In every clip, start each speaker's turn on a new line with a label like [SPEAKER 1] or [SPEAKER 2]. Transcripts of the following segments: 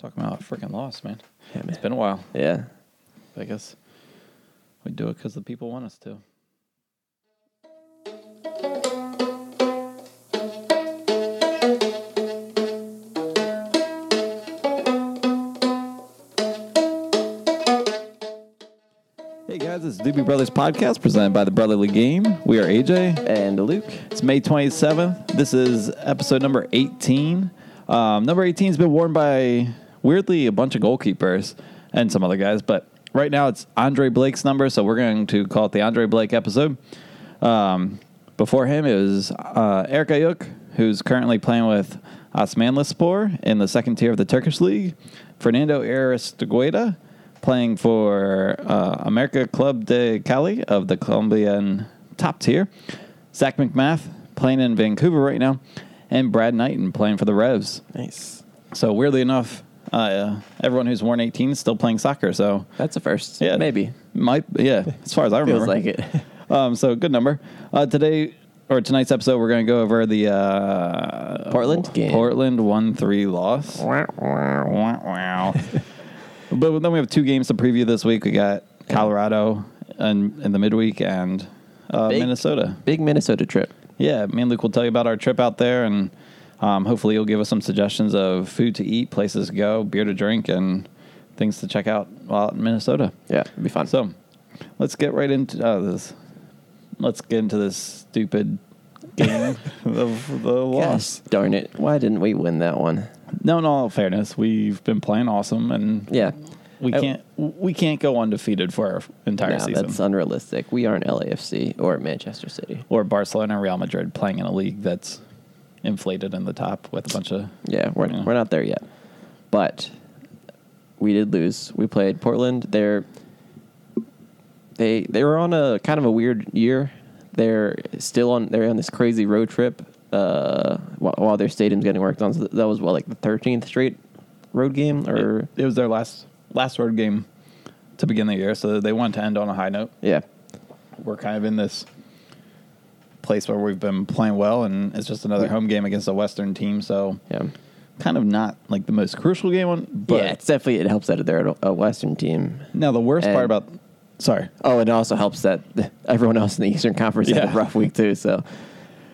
[SPEAKER 1] Fuck, man, I freaking lost, man.
[SPEAKER 2] Yeah, man.
[SPEAKER 1] It's been a while.
[SPEAKER 2] Yeah.
[SPEAKER 1] I guess we do it because the people want us to.
[SPEAKER 2] Hey guys, it's
[SPEAKER 1] Doobie Brothers podcast presented by the Brotherly Game. We are AJ.
[SPEAKER 2] and Luke.
[SPEAKER 1] It's May 27th. This is episode number 18. Um, number 18 has been worn by, weirdly, a bunch of goalkeepers and some other guys, but right now it's Andre Blake's number, so we're going to call it the Andre Blake episode. Um, before him is uh, Erik Ayuk, who's currently playing with Osmanlispor in the second tier of the Turkish League. Fernando Aristegueta playing for uh, America Club de Cali of the Colombian top tier. Zach McMath playing in Vancouver right now. And Brad Knighton playing for the Revs.
[SPEAKER 2] Nice.
[SPEAKER 1] So weirdly enough, uh, everyone who's worn 18 is still playing soccer. So
[SPEAKER 2] That's a first.
[SPEAKER 1] yeah,
[SPEAKER 2] Maybe.
[SPEAKER 1] might yeah. As far as I remember,
[SPEAKER 2] Feels like it.
[SPEAKER 1] um, so good number. Uh, today or tonight's episode, we're going to go over the uh,
[SPEAKER 2] Portland game.
[SPEAKER 1] Portland one three loss. wow, wow. but then we have two games to preview this week. We got Colorado and in the midweek and uh,
[SPEAKER 2] Big-
[SPEAKER 1] Minnesota.
[SPEAKER 2] Big Minnesota trip.
[SPEAKER 1] Yeah, me and Luke will tell you about our trip out there, and um, hopefully you'll give us some suggestions of food to eat, places to go, beer to drink, and things to check out while out in Minnesota.
[SPEAKER 2] Yeah, it'd be fun.
[SPEAKER 1] So, let's get right into uh, this. Let's get into this stupid game of the loss.
[SPEAKER 2] Gosh, darn it. Why didn't we win that one?
[SPEAKER 1] No, in all fairness, we've been playing awesome, and
[SPEAKER 2] Yeah.
[SPEAKER 1] we
[SPEAKER 2] Oh.
[SPEAKER 1] can't we can't go undefeated for our entire
[SPEAKER 2] No,
[SPEAKER 1] season.
[SPEAKER 2] that's unrealistic. We aren't LAFC or Manchester City.
[SPEAKER 1] or Barcelona and Real Madrid playing in a league that's inflated in the top with a bunch of
[SPEAKER 2] Yeah, we're,
[SPEAKER 1] Yeah.
[SPEAKER 2] we're not there yet. But we did lose. We played Portland. They're they they were on a kind of a weird year. They're still on they're on this crazy road trip uh, while, while their stadium's getting worked on. So that was what like the thirteenth straight road game or
[SPEAKER 1] it, it was their last last road game to begin the year, so they wanted to end on a high note.
[SPEAKER 2] yeah.
[SPEAKER 1] We're kind of in this place where we've been playing well, and it's just another home game against a Western team, so
[SPEAKER 2] Yeah.
[SPEAKER 1] kind of not like the most crucial game on. But
[SPEAKER 2] yeah, it's definitely it helps that they're a- a Western team.
[SPEAKER 1] now the worst part
[SPEAKER 2] And-
[SPEAKER 1] about sorry,
[SPEAKER 2] Oh, and it also helps that everyone else in the Eastern Conference had
[SPEAKER 1] Yeah.
[SPEAKER 2] a rough week too, so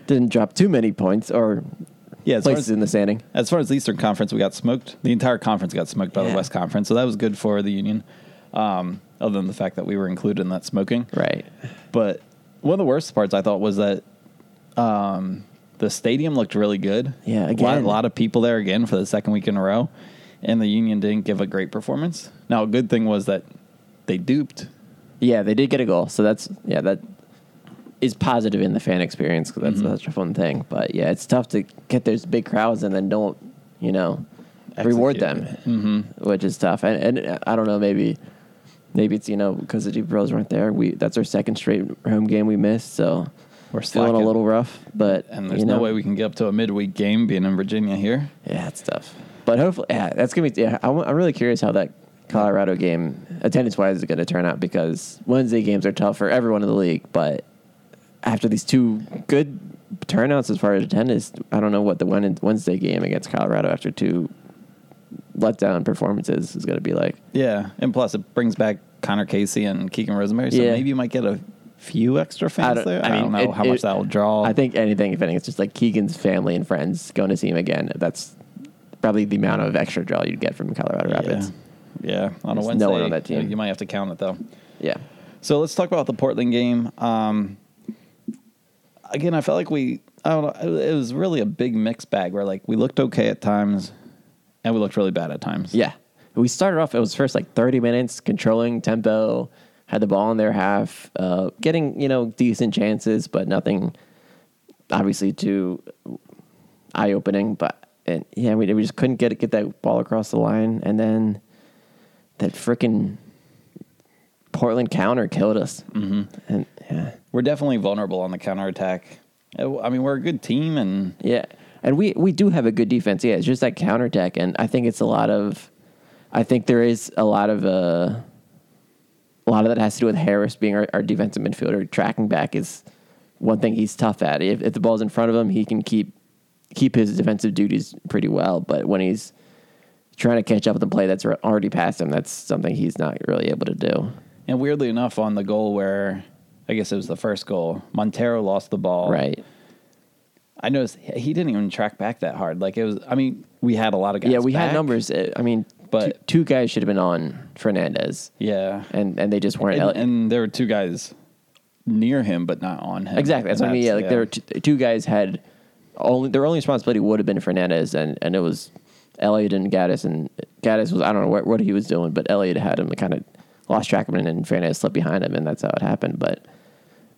[SPEAKER 2] didn't drop too many points or
[SPEAKER 1] yeah, as far
[SPEAKER 2] places
[SPEAKER 1] as,
[SPEAKER 2] in the standing.
[SPEAKER 1] as far as the Eastern Conference, we got smoked. The entire conference got smoked by the
[SPEAKER 2] Yeah.
[SPEAKER 1] West Conference, so that was good for the Union. Um, other than the fact that we were included in that smoking,
[SPEAKER 2] Right.
[SPEAKER 1] But one of the worst parts I thought was that um, the stadium looked really good.
[SPEAKER 2] Yeah,
[SPEAKER 1] a lot,
[SPEAKER 2] again.
[SPEAKER 1] lot of people there again for the second week in a row, and the Union didn't give a great performance. Now, a good thing was that they duped.
[SPEAKER 2] Yeah, they did get a goal, so that's yeah that is positive in the fan experience because that's
[SPEAKER 1] Mm-hmm.
[SPEAKER 2] such a fun thing. But yeah, it's tough to get those big crowds and then don't you know reward
[SPEAKER 1] Execute. Mm-hmm.
[SPEAKER 2] them, which is tough. And, and I don't know, maybe maybe it's you know because the Deep Bros weren't there. We that's our second straight home game we missed, so
[SPEAKER 1] We're
[SPEAKER 2] feeling
[SPEAKER 1] slacking.
[SPEAKER 2] a little rough. But
[SPEAKER 1] And there's
[SPEAKER 2] you
[SPEAKER 1] no
[SPEAKER 2] know,
[SPEAKER 1] way we can get up to a midweek game being in Virginia here.
[SPEAKER 2] yeah, it's tough. But hopefully, yeah, that's gonna be. Yeah, I'm, I'm really curious how that Colorado game attendance wise is gonna turn out because Wednesday games are tough for everyone in the league. But after these two good turnouts as far as attendance, I don't know what the Wen- Wednesday game against Colorado after two letdown performances is gonna be like.
[SPEAKER 1] Yeah, and plus it brings back Connor Casey and Keegan Rosemary, so
[SPEAKER 2] Yeah.
[SPEAKER 1] maybe you might get a few extra fans
[SPEAKER 2] don't-
[SPEAKER 1] there. I,
[SPEAKER 2] I mean,
[SPEAKER 1] don't know
[SPEAKER 2] it-
[SPEAKER 1] how much
[SPEAKER 2] it-
[SPEAKER 1] that will draw.
[SPEAKER 2] I think anything, if anything, it's just like Keegan's family and friends going to see him again. That's probably the amount of extra draw you'd get from Colorado Rapids.
[SPEAKER 1] Yeah, yeah. on a
[SPEAKER 2] There's
[SPEAKER 1] Wednesday.
[SPEAKER 2] no one on that team.
[SPEAKER 1] You might have to count it though.
[SPEAKER 2] yeah.
[SPEAKER 1] So let's talk about the Portland game. Um, again, I felt like we, I don't know, it was really a big mixed bag where like we looked okay at times and we looked really bad at times.
[SPEAKER 2] Yeah. We started off, it was first like 30 minutes controlling tempo, had the ball in their half, uh, getting, you know, decent chances, but nothing obviously too eye opening. But and yeah, we, we just couldn't get get that ball across the line. And then that freaking Portland counter killed us. Mm-hmm. And yeah.
[SPEAKER 1] We're definitely vulnerable on the counterattack. Uh, I mean, we're a good team and
[SPEAKER 2] Yeah. And we, we do have a good defense. Yeah, it's just that counterattack. And I think it's a lot of, I think there is a lot of, uh, a lot of that has to do with Harris being our, our defensive midfielder. Tracking back is one thing he's tough at. If, if the ball's in front of him, he can keep keep his defensive duties pretty well. But when he's trying to catch up with the play that's re- already past him. That's something he's not really able to do.
[SPEAKER 1] And weirdly enough, on the goal where I guess it was the first goal, Montero lost the ball.
[SPEAKER 2] Right.
[SPEAKER 1] I noticed he he didn't even track back that hard. Like it was. I mean, we had a lot of guys.
[SPEAKER 2] yeah, we
[SPEAKER 1] back.
[SPEAKER 2] had numbers. uh, I mean,
[SPEAKER 1] But-
[SPEAKER 2] but two, two guys should have been on Fernandez,
[SPEAKER 1] Yeah,
[SPEAKER 2] and and they just weren't.
[SPEAKER 1] and,
[SPEAKER 2] el-
[SPEAKER 1] and there were two guys near him, but not on him.
[SPEAKER 2] exactly. That's what I mean. Yeah, like there were two, two guys had only their only responsibility would have been Fernandez, and and it was Elliott and Gaddis, and Gaddis was I don't know what what he was doing, but Elliott had him kind of lost track of him, and Fernandez slipped behind him, and that's how it happened. But.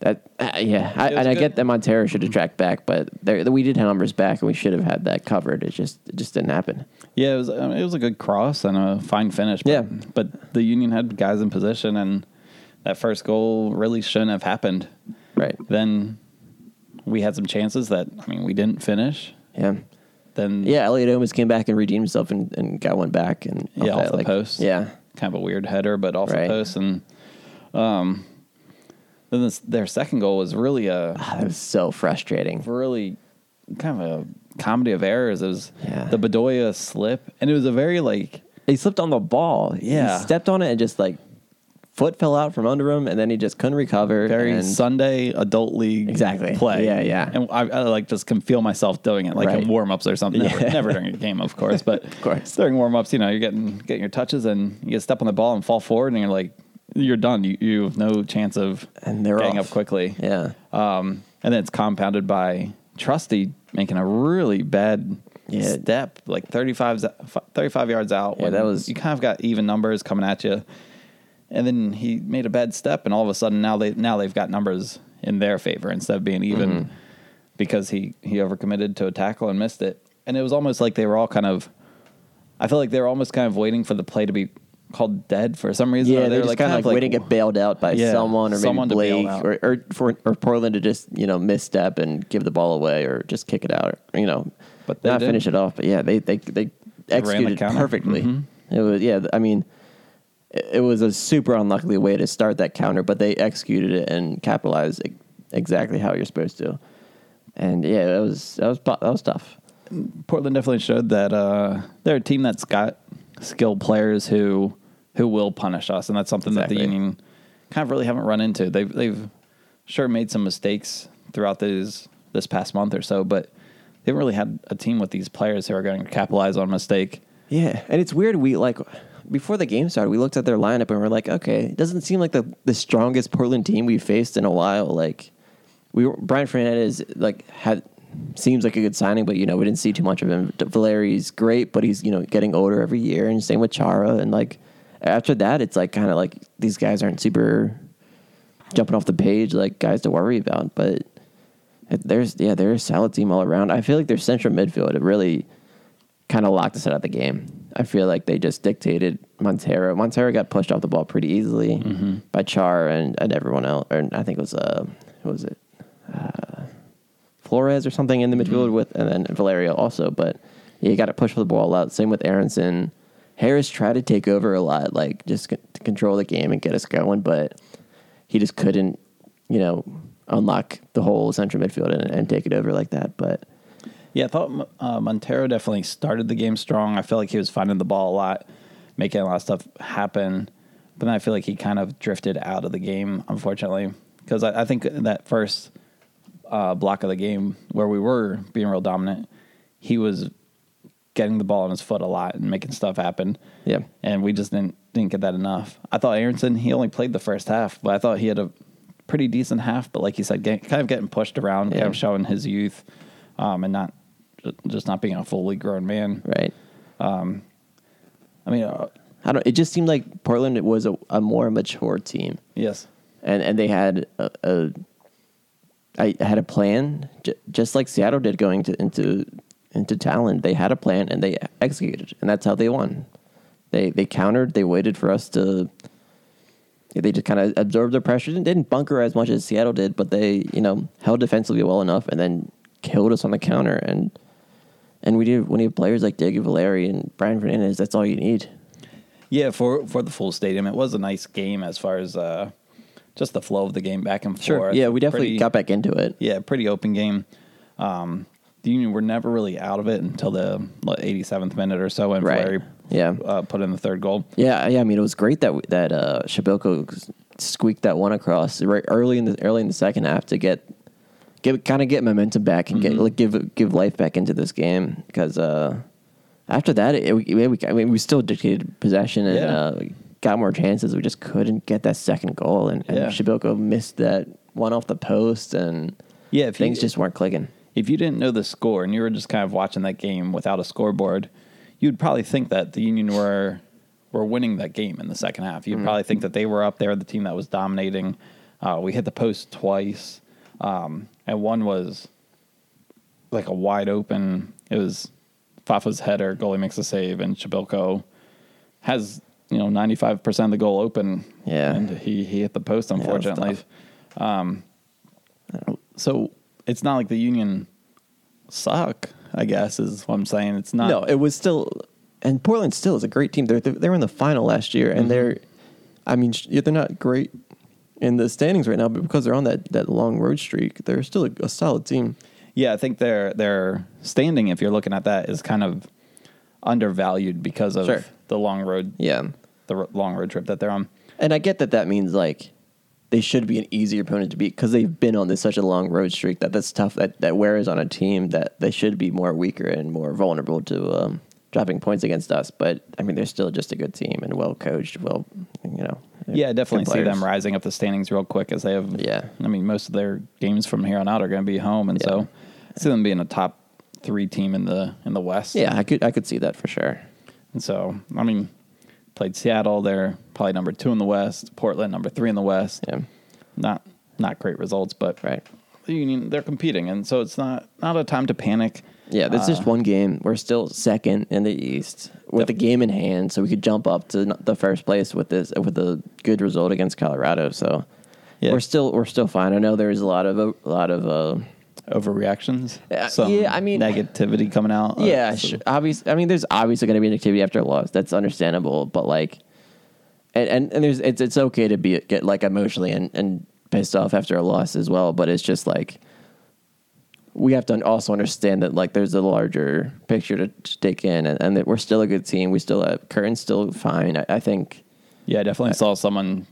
[SPEAKER 2] That uh, yeah, I,
[SPEAKER 1] was
[SPEAKER 2] and I
[SPEAKER 1] good.
[SPEAKER 2] get that Montero should have tracked back, but there, we did have numbers back, and we should have had that covered. It just it just didn't happen.
[SPEAKER 1] Yeah, it was um, it was a good cross and a fine finish. But,
[SPEAKER 2] Yeah.
[SPEAKER 1] but the Union had guys in position, and that first goal really shouldn't have happened.
[SPEAKER 2] Right?
[SPEAKER 1] Then we had some chances that I mean we didn't finish.
[SPEAKER 2] Yeah.
[SPEAKER 1] Then
[SPEAKER 2] Yeah, Elliot Omas came back and redeemed himself and, and got one back and
[SPEAKER 1] yeah, off
[SPEAKER 2] that,
[SPEAKER 1] the
[SPEAKER 2] like-
[SPEAKER 1] post.
[SPEAKER 2] Yeah,
[SPEAKER 1] kind of a weird header, but off the
[SPEAKER 2] Right.
[SPEAKER 1] post, and um, then this, their second goal was really a
[SPEAKER 2] Ah, that was so frustrating.
[SPEAKER 1] really kind of a comedy of errors. It was
[SPEAKER 2] Yeah.
[SPEAKER 1] the Bedoya slip, and it was a very like
[SPEAKER 2] He slipped on the ball.
[SPEAKER 1] Yeah.
[SPEAKER 2] he stepped on it and just like foot fell out from under him, and then he just couldn't recover.
[SPEAKER 1] very
[SPEAKER 2] and
[SPEAKER 1] Sunday adult league
[SPEAKER 2] Exactly.
[SPEAKER 1] play.
[SPEAKER 2] Yeah, yeah.
[SPEAKER 1] And I, I like just can feel myself doing it, like
[SPEAKER 2] Right.
[SPEAKER 1] in warm ups or something. Never,
[SPEAKER 2] Yeah.
[SPEAKER 1] never during a game, of course, but of
[SPEAKER 2] course.
[SPEAKER 1] during warm ups, you know, you're getting getting your touches and you step on the ball and fall forward, and you're like, you're done. You you have no chance of
[SPEAKER 2] And they're
[SPEAKER 1] getting
[SPEAKER 2] off.
[SPEAKER 1] up quickly.
[SPEAKER 2] yeah,
[SPEAKER 1] Um, and then it's compounded by Trusty making a really bad
[SPEAKER 2] Yeah.
[SPEAKER 1] step, like 35, z- f- 35 yards out.
[SPEAKER 2] Yeah,
[SPEAKER 1] when
[SPEAKER 2] that was-
[SPEAKER 1] you kind of got even numbers coming at you. And then he made a bad step, and all of a sudden now they now they've got numbers in their favor instead of being even
[SPEAKER 2] Mm-hmm.
[SPEAKER 1] because he he overcommitted to a tackle and missed it. And it was almost like they were all kind of, I feel like they were almost kind of waiting for the play to be called dead for some reason.
[SPEAKER 2] yeah.
[SPEAKER 1] Or
[SPEAKER 2] They're, just kind of like, waiting to get bailed out by
[SPEAKER 1] Yeah,
[SPEAKER 2] someone or
[SPEAKER 1] someone to
[SPEAKER 2] maybe
[SPEAKER 1] bail
[SPEAKER 2] Blake
[SPEAKER 1] out.
[SPEAKER 2] or or, for, or Portland to just you know misstep and give the ball away or just kick it out or you know,
[SPEAKER 1] But they
[SPEAKER 2] not
[SPEAKER 1] did.
[SPEAKER 2] finish it off. But yeah, they they they executed
[SPEAKER 1] counter. Mm-hmm.
[SPEAKER 2] perfectly. It was yeah. I mean, it, it was a super unlucky way to start that counter, but they executed it and capitalized e- exactly how you're supposed to. And yeah, that was that was bu- that was tough.
[SPEAKER 1] Portland definitely showed that uh, they're a team that's got skilled players who who will punish us, and that's something that the
[SPEAKER 2] Exactly.
[SPEAKER 1] Union kind of really haven't run into. They've they've sure made some mistakes throughout these this past month or so, but they haven't really had a team with these players who are going to capitalize on a mistake.
[SPEAKER 2] Yeah, and it's weird. We like before the game started, we looked at their lineup and we're like, okay, it doesn't seem like the the strongest Portland team we faced in a while. Like we were, Brian Fernandez like had seems like a good signing, but you know we didn't see too much of him. D- Valeri's great, but he's you know getting older every year, and same with Chara. And like after that, it's like kind of like these guys aren't super jumping off the page like guys to worry about, but. it- There's yeah, they're a solid team all around. I feel like their central midfield it really kind of locked us out of the game. I feel like they just dictated Montero. Montero got pushed off the ball pretty easily by Char and, and everyone else. Or I think it was uh, who was it? Uh, Flores or something in the midfield with, and then Valerio also. But you got to push the ball out. Same with Aronson. Harris tried to take over a lot, like just c- to control the game and get us going, but he just couldn't, you know, unlock the whole central midfield and, and take it over like that. But
[SPEAKER 1] Yeah, I thought uh, Montero definitely started the game strong. I felt like he was finding the ball a lot, making a lot of stuff happen. But then I feel like he kind of drifted out of the game, unfortunately, because I, I think that first uh, block of the game where we were being real dominant, he was getting the ball on his foot a lot and making stuff happen.
[SPEAKER 2] Yeah.
[SPEAKER 1] and we just didn't didn't get that enough. I thought Aronson he only played the first half, but I thought he had a pretty decent half. But like you said, get, kind of getting pushed around, kind
[SPEAKER 2] Yeah.
[SPEAKER 1] of showing his youth, um, and not just not being a fully grown man.
[SPEAKER 2] right.
[SPEAKER 1] I mean, uh,
[SPEAKER 2] I don't. It just seemed like Portland was a, a more mature team,
[SPEAKER 1] yes,
[SPEAKER 2] and and they had a, a I had a plan, j- just like Seattle did going to into into Talon. They had a plan and they executed, and that's how they won. They they countered. They waited for us to. They just kind of absorbed the pressure. Didn't, didn't bunker as much as Seattle did, but they you know held defensively well enough, and then killed us on the counter. And and we do when you have players like Diego Valeri and Brian Fernandez, that's all you need.
[SPEAKER 1] yeah. For for the full stadium, it was a nice game as far as uh, just the flow of the game back and forth.
[SPEAKER 2] Yeah, we definitely
[SPEAKER 1] Pretty-
[SPEAKER 2] got back into it.
[SPEAKER 1] Yeah, pretty open game. Um, the Union were never really out of it until the like, 87th minute or so, and
[SPEAKER 2] Right.
[SPEAKER 1] Fleury
[SPEAKER 2] Yeah.
[SPEAKER 1] uh, put in the third goal.
[SPEAKER 2] Yeah, yeah. I mean, it was great that that uh, Shabilko squeaked that one across right early in the early in the second half to get give kind of get momentum back and
[SPEAKER 1] Mm-hmm.
[SPEAKER 2] get like, give give life back into this game because uh, after that it, we, we, I mean, we still dictated possession and
[SPEAKER 1] Yeah.
[SPEAKER 2] uh, got more chances. We just couldn't get that second goal, and, and
[SPEAKER 1] Yeah.
[SPEAKER 2] Shabilko missed that one off the post, and
[SPEAKER 1] Yeah, if you-
[SPEAKER 2] things just weren't clicking.
[SPEAKER 1] If you didn't know the score and you were just kind of watching that game without a scoreboard, you'd probably think that the Union were were winning that game in the second half. You'd probably think that they were up there, the team that was dominating. Uh, we hit the post twice, um, and one was like a wide open. It was Fafa's header. Goalie makes a save, and Chabilko has you know ninety five percent of the goal open.
[SPEAKER 2] Yeah.
[SPEAKER 1] and he he hit the post
[SPEAKER 2] was
[SPEAKER 1] unfortunately.
[SPEAKER 2] tough.
[SPEAKER 1] um, so it's not like the Union suck. I guess is what I'm saying. It's not.
[SPEAKER 2] no, it was still, and Portland still is a great team. They're they're, they're in the final last year,
[SPEAKER 1] Mm-hmm.
[SPEAKER 2] and they're, I mean, sh- yeah, they're not great in the standings right now, but because they're on that that long road streak, they're still a, a solid team.
[SPEAKER 1] Yeah, I think their their standing, if you're looking at that, is kind of undervalued because of
[SPEAKER 2] Sure.
[SPEAKER 1] the long road
[SPEAKER 2] Yeah,
[SPEAKER 1] the r- long road trip that they're on.
[SPEAKER 2] and I get that that means like they should be an easier opponent to beat because they've been on this such a long road streak that that's tough. That that wears on a team that they should be more weaker and more vulnerable to. um Dropping points against us, but I mean they're still just a good team and well coached. Well, you know. they're
[SPEAKER 1] Yeah, I definitely
[SPEAKER 2] good
[SPEAKER 1] see
[SPEAKER 2] players.
[SPEAKER 1] them rising up the standings real quick as they have.
[SPEAKER 2] Yeah.
[SPEAKER 1] I mean, most of their games from here on out are going to be home, and so I see them being a top three team in the in the West.
[SPEAKER 2] Yeah, I could I could see that for sure.
[SPEAKER 1] and so I mean, played Seattle. They're probably number two in the West. Portland, number three in the West.
[SPEAKER 2] Yeah,
[SPEAKER 1] Not not great results, but
[SPEAKER 2] right.
[SPEAKER 1] the Union they're competing, and so it's not not a time to panic. uh,
[SPEAKER 2] Yeah, there's just one game. We're still second in the East with a game in hand, so we could jump up to n- the first place with this with a good result against Colorado. So
[SPEAKER 1] Yeah.
[SPEAKER 2] we're still we're still fine. I know there's a lot of a lot of uh,
[SPEAKER 1] overreactions.
[SPEAKER 2] Uh,
[SPEAKER 1] some
[SPEAKER 2] yeah, I mean-
[SPEAKER 1] negativity coming out. Uh,
[SPEAKER 2] yeah,
[SPEAKER 1] so-
[SPEAKER 2] sure. obvious. I mean, there's obviously going to be an activity after a loss. That's understandable. But like, and and, and there's it's it's okay to be get like emotionally and and pissed off after a loss as well. But it's just like we have to also understand that like there's a larger picture to, to take in, and, and that we're still a good team. We still have Curtin's still fine. I, I think.
[SPEAKER 1] yeah, I definitely saw someone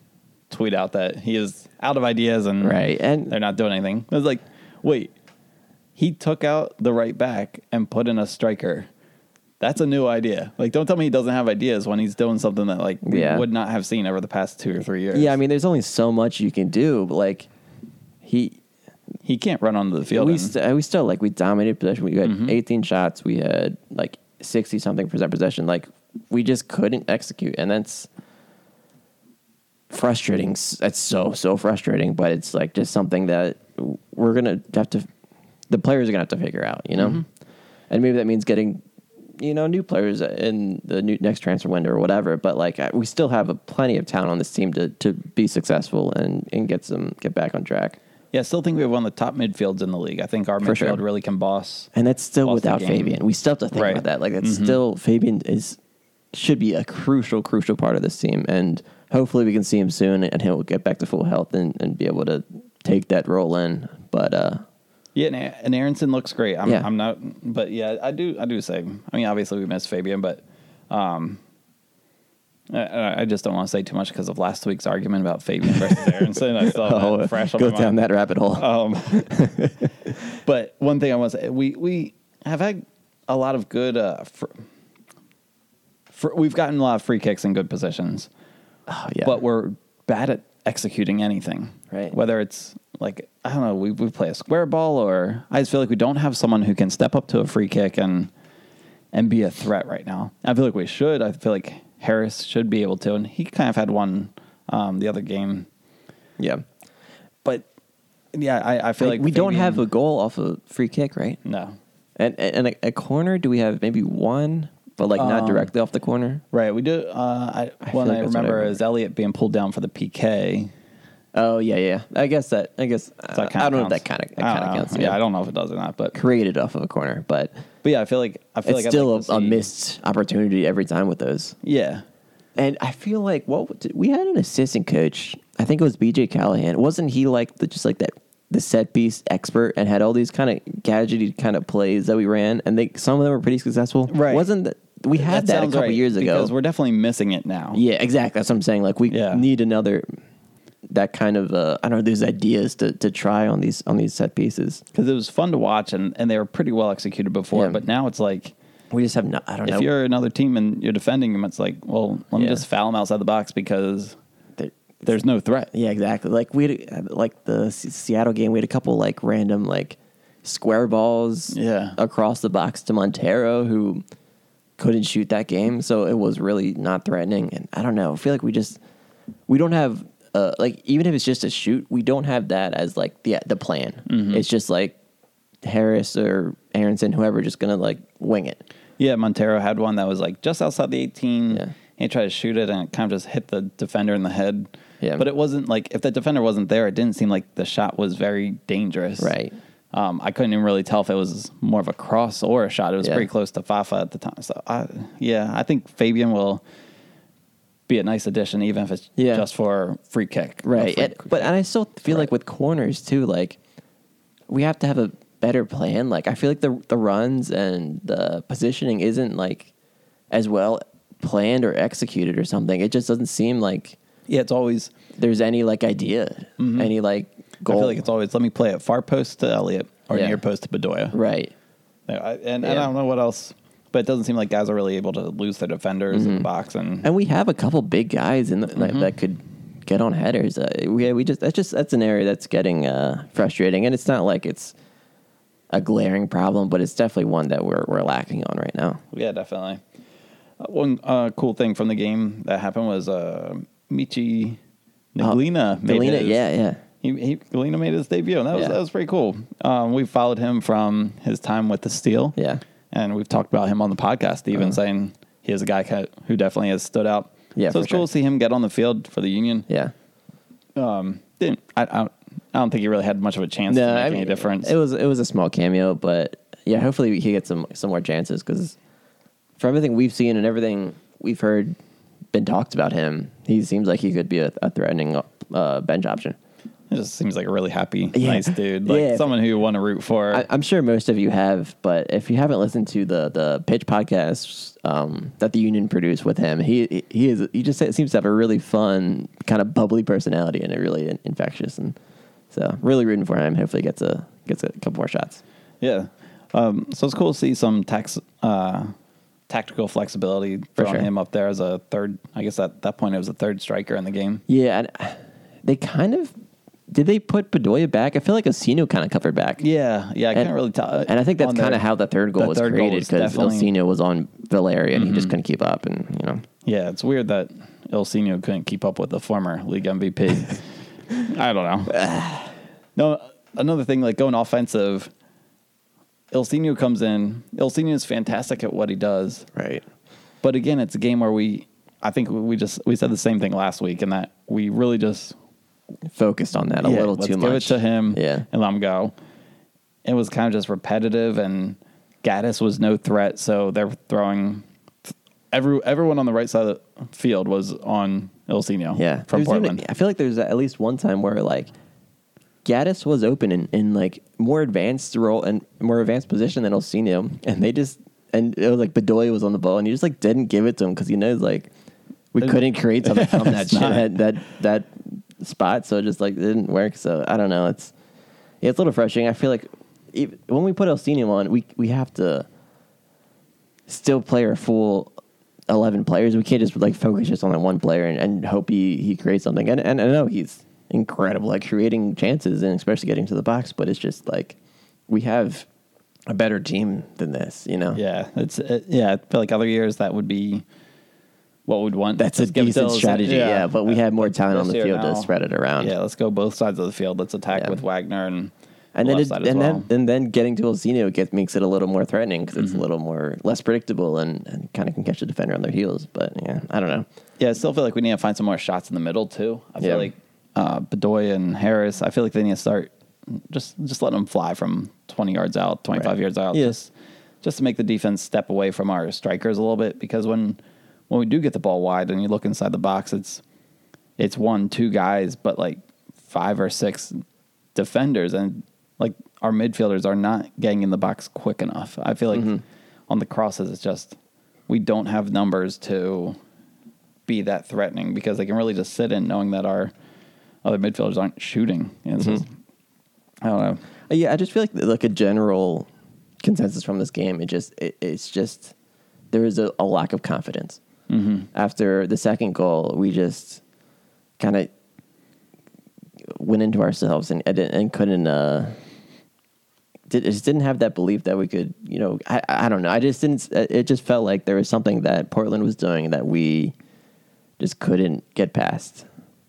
[SPEAKER 1] tweet out that he is out of ideas and
[SPEAKER 2] Right, and-
[SPEAKER 1] they're not doing anything. I was like, wait, he took out the right back and put in a striker. That's a new idea. Like, don't tell me he doesn't have ideas when he's doing something that like we
[SPEAKER 2] Yeah.
[SPEAKER 1] would not have seen over the past two or three years.
[SPEAKER 2] Yeah, I mean, there's only so much you can do. But like, he
[SPEAKER 1] he can't run onto the field.
[SPEAKER 2] We,
[SPEAKER 1] and-
[SPEAKER 2] st- we still like we dominated possession. We had 18 shots. We had like 60 something percent possession. Like we just couldn't execute, and that's frustrating. S- That's so so frustrating. But it's like just something that we're gonna have to. The players are gonna have to figure out, you know. And maybe that means getting, you know, new players in the new next transfer window or whatever. But like I, we still have a, plenty of talent on this team to to be successful and and get some get back on track.
[SPEAKER 1] yeah, I still think we have one of the top midfields in the league. I think our
[SPEAKER 2] For
[SPEAKER 1] midfield
[SPEAKER 2] sure.
[SPEAKER 1] really can boss.
[SPEAKER 2] And that's still
[SPEAKER 1] Lost the
[SPEAKER 2] without
[SPEAKER 1] game.
[SPEAKER 2] Fabian. We still have to think
[SPEAKER 1] Right.
[SPEAKER 2] about that. Like that's still Fabian is should be a crucial, crucial part of this team. And hopefully we can see him soon and he'll get back to full health and, and be able to take that role in. But uh
[SPEAKER 1] Yeah, and, A- and Aronson looks great. I'm,
[SPEAKER 2] Yeah.
[SPEAKER 1] I'm not, but yeah, I do, I do say. I mean, obviously we miss Fabian, but um, I- I, I just don't want to say too much because of last week's argument about Fabian versus Aronson. I still have that fresh on
[SPEAKER 2] uh, Oh, go
[SPEAKER 1] my
[SPEAKER 2] down
[SPEAKER 1] mind.
[SPEAKER 2] that rabbit hole.
[SPEAKER 1] But one thing I want to say, we we have had a lot of good. Uh, fr- fr- we've gotten a lot of free kicks in good positions.
[SPEAKER 2] oh, yeah.
[SPEAKER 1] but we're bad at executing anything.
[SPEAKER 2] Right.
[SPEAKER 1] Whether it's like I don't know, we we play a square ball, or I just feel like we don't have someone who can step up to a free kick and and be a threat right now. I feel like we should. I feel like Harris should be able to, and he kind of had one um, the other game,
[SPEAKER 2] yeah.
[SPEAKER 1] but yeah, I, I feel
[SPEAKER 2] Like, Mm-hmm.
[SPEAKER 1] like,
[SPEAKER 2] we don't
[SPEAKER 1] Fabian-
[SPEAKER 2] have a goal off a free kick, right?
[SPEAKER 1] no.
[SPEAKER 2] And and, and a, a corner, do we have maybe one? But like not directly off the corner.
[SPEAKER 1] Right, we do. Uh, I,
[SPEAKER 2] feel
[SPEAKER 1] one
[SPEAKER 2] like
[SPEAKER 1] I
[SPEAKER 2] that's what I
[SPEAKER 1] remember
[SPEAKER 2] remember.
[SPEAKER 1] is Elliot being pulled down for the PK.
[SPEAKER 2] Oh yeah, yeah. I guess that. I guess
[SPEAKER 1] So that
[SPEAKER 2] Uh, I,
[SPEAKER 1] kinda
[SPEAKER 2] don't know if that
[SPEAKER 1] counts.
[SPEAKER 2] kind of
[SPEAKER 1] I don't
[SPEAKER 2] kind of
[SPEAKER 1] know.
[SPEAKER 2] counts.
[SPEAKER 1] Yeah, I don't know if it does or not, but
[SPEAKER 2] created off of a corner, but
[SPEAKER 1] but yeah, I feel like I feel
[SPEAKER 2] it's
[SPEAKER 1] like I'd
[SPEAKER 2] still
[SPEAKER 1] like to
[SPEAKER 2] a, a
[SPEAKER 1] see-
[SPEAKER 2] missed opportunity every time with those.
[SPEAKER 1] Yeah,
[SPEAKER 2] And I feel like what did- we had an assistant coach. I think it was BJ Callahan. Wasn't he like the, just like that the set piece expert and had all these kind of gadgety kind of plays that we ran, and they some of them were pretty successful.
[SPEAKER 1] Right.
[SPEAKER 2] Wasn't that, we had that, a
[SPEAKER 1] sounds
[SPEAKER 2] couple
[SPEAKER 1] right,
[SPEAKER 2] years ago?
[SPEAKER 1] Because we're definitely missing it now.
[SPEAKER 2] Yeah, exactly. That's what I'm saying. Like we
[SPEAKER 1] Yeah.
[SPEAKER 2] need another that kind of uh, I don't know these ideas to, to try on these on these set pieces.
[SPEAKER 1] Because it was fun to watch and, and they were pretty well executed before.
[SPEAKER 2] Yeah.
[SPEAKER 1] But now it's like,
[SPEAKER 2] We just have not. I don't
[SPEAKER 1] if
[SPEAKER 2] know.
[SPEAKER 1] you're another team and you're defending them, it's like, well, let me
[SPEAKER 2] Yeah.
[SPEAKER 1] just foul them outside the box because
[SPEAKER 2] They're-
[SPEAKER 1] there's no threat.
[SPEAKER 2] yeah, exactly. Like we had, uh, like the Se- Seattle game. We had a couple like random like square balls
[SPEAKER 1] Yeah.
[SPEAKER 2] across the box to Montero who couldn't shoot that game, so it was really not threatening. And I don't know. I feel like we just we don't have uh, like even if it's just a shoot, we don't have that as like the the plan. It's just like Harris or Aronson, whoever, just gonna like wing it.
[SPEAKER 1] Yeah, Montero had one that was like just outside the 18.
[SPEAKER 2] Yeah.
[SPEAKER 1] He tried to shoot it and it kind of just hit the defender in the head.
[SPEAKER 2] Yeah.
[SPEAKER 1] But it wasn't like, if the defender wasn't there, it didn't seem like the shot was very dangerous.
[SPEAKER 2] Right.
[SPEAKER 1] Um, I couldn't even really tell if it was more of a cross or a shot. It was
[SPEAKER 2] Yeah.
[SPEAKER 1] pretty close to Fafa at the time. So, I, yeah, I think Fabian will be a nice addition, even if it's
[SPEAKER 2] Yeah.
[SPEAKER 1] just for free kick. A
[SPEAKER 2] right
[SPEAKER 1] free
[SPEAKER 2] and-
[SPEAKER 1] kick.
[SPEAKER 2] but and i still feel like
[SPEAKER 1] Right.
[SPEAKER 2] with corners too like we have to have a better plan like i feel like the the runs and the positioning isn't like as well planned or executed or something it just doesn't seem like
[SPEAKER 1] yeah, it's always,
[SPEAKER 2] there's any like idea any like goal
[SPEAKER 1] Mm-hmm. I feel like it's always, let me play at far post to Elliott or
[SPEAKER 2] Yeah.
[SPEAKER 1] near post to Bedoya.
[SPEAKER 2] right
[SPEAKER 1] Yeah, I, and, and I
[SPEAKER 2] Yeah.
[SPEAKER 1] don't know what else, but it doesn't seem like guys are really able to lose their defenders in the box. And,
[SPEAKER 2] Mm-hmm. and we have a couple big guys in the,
[SPEAKER 1] Mm-hmm.
[SPEAKER 2] like, that could get on headers. Uh, we we just that's just that's an area that's getting uh, frustrating, and it's not like it's a glaring problem, but it's definitely one that we're we're lacking on right now.
[SPEAKER 1] yeah, definitely. Uh, one uh, cool thing from the game that happened was uh, Michi Galina. made
[SPEAKER 2] Galena,
[SPEAKER 1] his-
[SPEAKER 2] Uh, yeah, yeah,
[SPEAKER 1] He, he Galena made his debut, and that was
[SPEAKER 2] Yeah.
[SPEAKER 1] that was pretty cool. Um, we followed him from his time with the Steel,
[SPEAKER 2] Yeah. Uh-huh.
[SPEAKER 1] and we've talked about him on the podcast, even saying he is a guy ca- who definitely has stood out.
[SPEAKER 2] Yeah,
[SPEAKER 1] so
[SPEAKER 2] for
[SPEAKER 1] it's cool
[SPEAKER 2] sure.
[SPEAKER 1] to see him get on the field for the Union.
[SPEAKER 2] yeah.
[SPEAKER 1] Didn't, I, I, don't- I don't think he really had much of a chance to make any difference.
[SPEAKER 2] It was it was a small cameo, but yeah, hopefully he gets some some more chances because for everything we've seen and everything we've heard been talked about him, he seems like he could be a, a threatening uh, bench option.
[SPEAKER 1] It just seems like a really happy,
[SPEAKER 2] Yeah.
[SPEAKER 1] nice dude. Like
[SPEAKER 2] Yeah.
[SPEAKER 1] someone who you want to root for.
[SPEAKER 2] I, I'm sure most of you have, but if you haven't listened to the the pitch podcasts um, that the Union produced with him, he he is he just seems to have a really fun kind of bubbly personality and it really in- infectious and so really rooting for him. Hopefully he gets a gets a couple more shots.
[SPEAKER 1] yeah. Um, so it's cool to see some tax, uh, tactical flexibility
[SPEAKER 2] For
[SPEAKER 1] from
[SPEAKER 2] sure.
[SPEAKER 1] him up there as a third. I guess at that point it was a third striker in the game.
[SPEAKER 2] Yeah, and they kind of did they put Bedoya back? I feel like Osino kind of covered back.
[SPEAKER 1] Yeah, yeah. I
[SPEAKER 2] And-
[SPEAKER 1] can't really tell. uh,
[SPEAKER 2] And I think that's
[SPEAKER 1] on their-
[SPEAKER 2] kind of how the third goal
[SPEAKER 1] the
[SPEAKER 2] was Mm-hmm.
[SPEAKER 1] third goal
[SPEAKER 2] created
[SPEAKER 1] was
[SPEAKER 2] because
[SPEAKER 1] definitely-
[SPEAKER 2] Osino was on Valeria and he just couldn't keep up, and you know.
[SPEAKER 1] Yeah, it's weird that El Seno couldn't keep up with the former league MVP. I don't know. no, another thing like going offensive. El Seno comes in. El Seno is fantastic at what he does.
[SPEAKER 2] Right.
[SPEAKER 1] But again, it's a game where we, I think we just we said the same thing last week, and that we really just
[SPEAKER 2] Focused on that a
[SPEAKER 1] yeah,
[SPEAKER 2] little
[SPEAKER 1] let's
[SPEAKER 2] too
[SPEAKER 1] give
[SPEAKER 2] much.
[SPEAKER 1] it to him,
[SPEAKER 2] Yeah.
[SPEAKER 1] and let him go. It was kind of just repetitive, and Gaddis was no threat, so they're throwing. Every everyone on the right side of the field was on El Seno,
[SPEAKER 2] Yeah,
[SPEAKER 1] from
[SPEAKER 2] There's even-
[SPEAKER 1] Portland.
[SPEAKER 2] I feel like there's at least one time where like Gaddis was open in, in like more advanced role and more advanced position than Olsino, and they just and it was like Bedoya was on the ball, and he just like didn't give it to him because he knows like we couldn't create something from that
[SPEAKER 1] It's
[SPEAKER 2] shit,
[SPEAKER 1] not.
[SPEAKER 2] that that that spot, so it just like didn't work. So I don't know. It's yeah, it's a little frustrating. I feel like ev when we put Olsino on, we we have to still play our full 11 players. We can't just like focus just on that one player and, and hope he, he creates something. And, and I know he's incredible at creating chances and especially getting to the box, but it's just like we have a better team than this, you know?
[SPEAKER 1] Yeah, it's it, yeah. I feel like other years that would be what we'd want.
[SPEAKER 2] That's a
[SPEAKER 1] Just give it to
[SPEAKER 2] decent
[SPEAKER 1] El Seno.
[SPEAKER 2] strategy, yeah. But we have more talent on
[SPEAKER 1] This
[SPEAKER 2] the
[SPEAKER 1] year
[SPEAKER 2] field
[SPEAKER 1] now,
[SPEAKER 2] to spread it around,
[SPEAKER 1] Yeah, let's go both sides of the field. Let's attack
[SPEAKER 2] Yeah.
[SPEAKER 1] with Wagner and
[SPEAKER 2] and
[SPEAKER 1] the
[SPEAKER 2] then
[SPEAKER 1] left
[SPEAKER 2] it,
[SPEAKER 1] side
[SPEAKER 2] and
[SPEAKER 1] as well. Mm-hmm.
[SPEAKER 2] then and then getting to Olsino gets makes it a little more threatening because it's a little more less predictable and, and kind of can catch the defender on their heels. But yeah, I don't know.
[SPEAKER 1] Yeah, I still feel like we need to find some more shots in the middle too. I feel
[SPEAKER 2] Yeah.
[SPEAKER 1] like uh, Bedoya and Harris. I feel like they need to start just just letting them fly from twenty yards out, twenty five
[SPEAKER 2] Right.
[SPEAKER 1] yards out.
[SPEAKER 2] Yeah.
[SPEAKER 1] Just just to make the defense step away from our strikers a little bit because when when we do get the ball wide and you look inside the box, it's it's one two guys, but like five or six defenders and like our midfielders are not getting in the box quick enough. I feel like
[SPEAKER 2] Mm-hmm.
[SPEAKER 1] on the crosses, it's just we don't have numbers to be that threatening because they can really just sit in knowing that our other midfielders aren't shooting. And it's just- I don't know.
[SPEAKER 2] Uh, Yeah, I just feel like like a general consensus from this game. It just it, it's just there is a, a lack of confidence. Mm-hmm. After the second goal, we just kind of went into ourselves and and, didn't- and couldn't. Uh, did, just didn't have that belief that we could, you know, I, I I don't know. I just didn't. It just felt like there was something that Portland was doing that we just couldn't get past.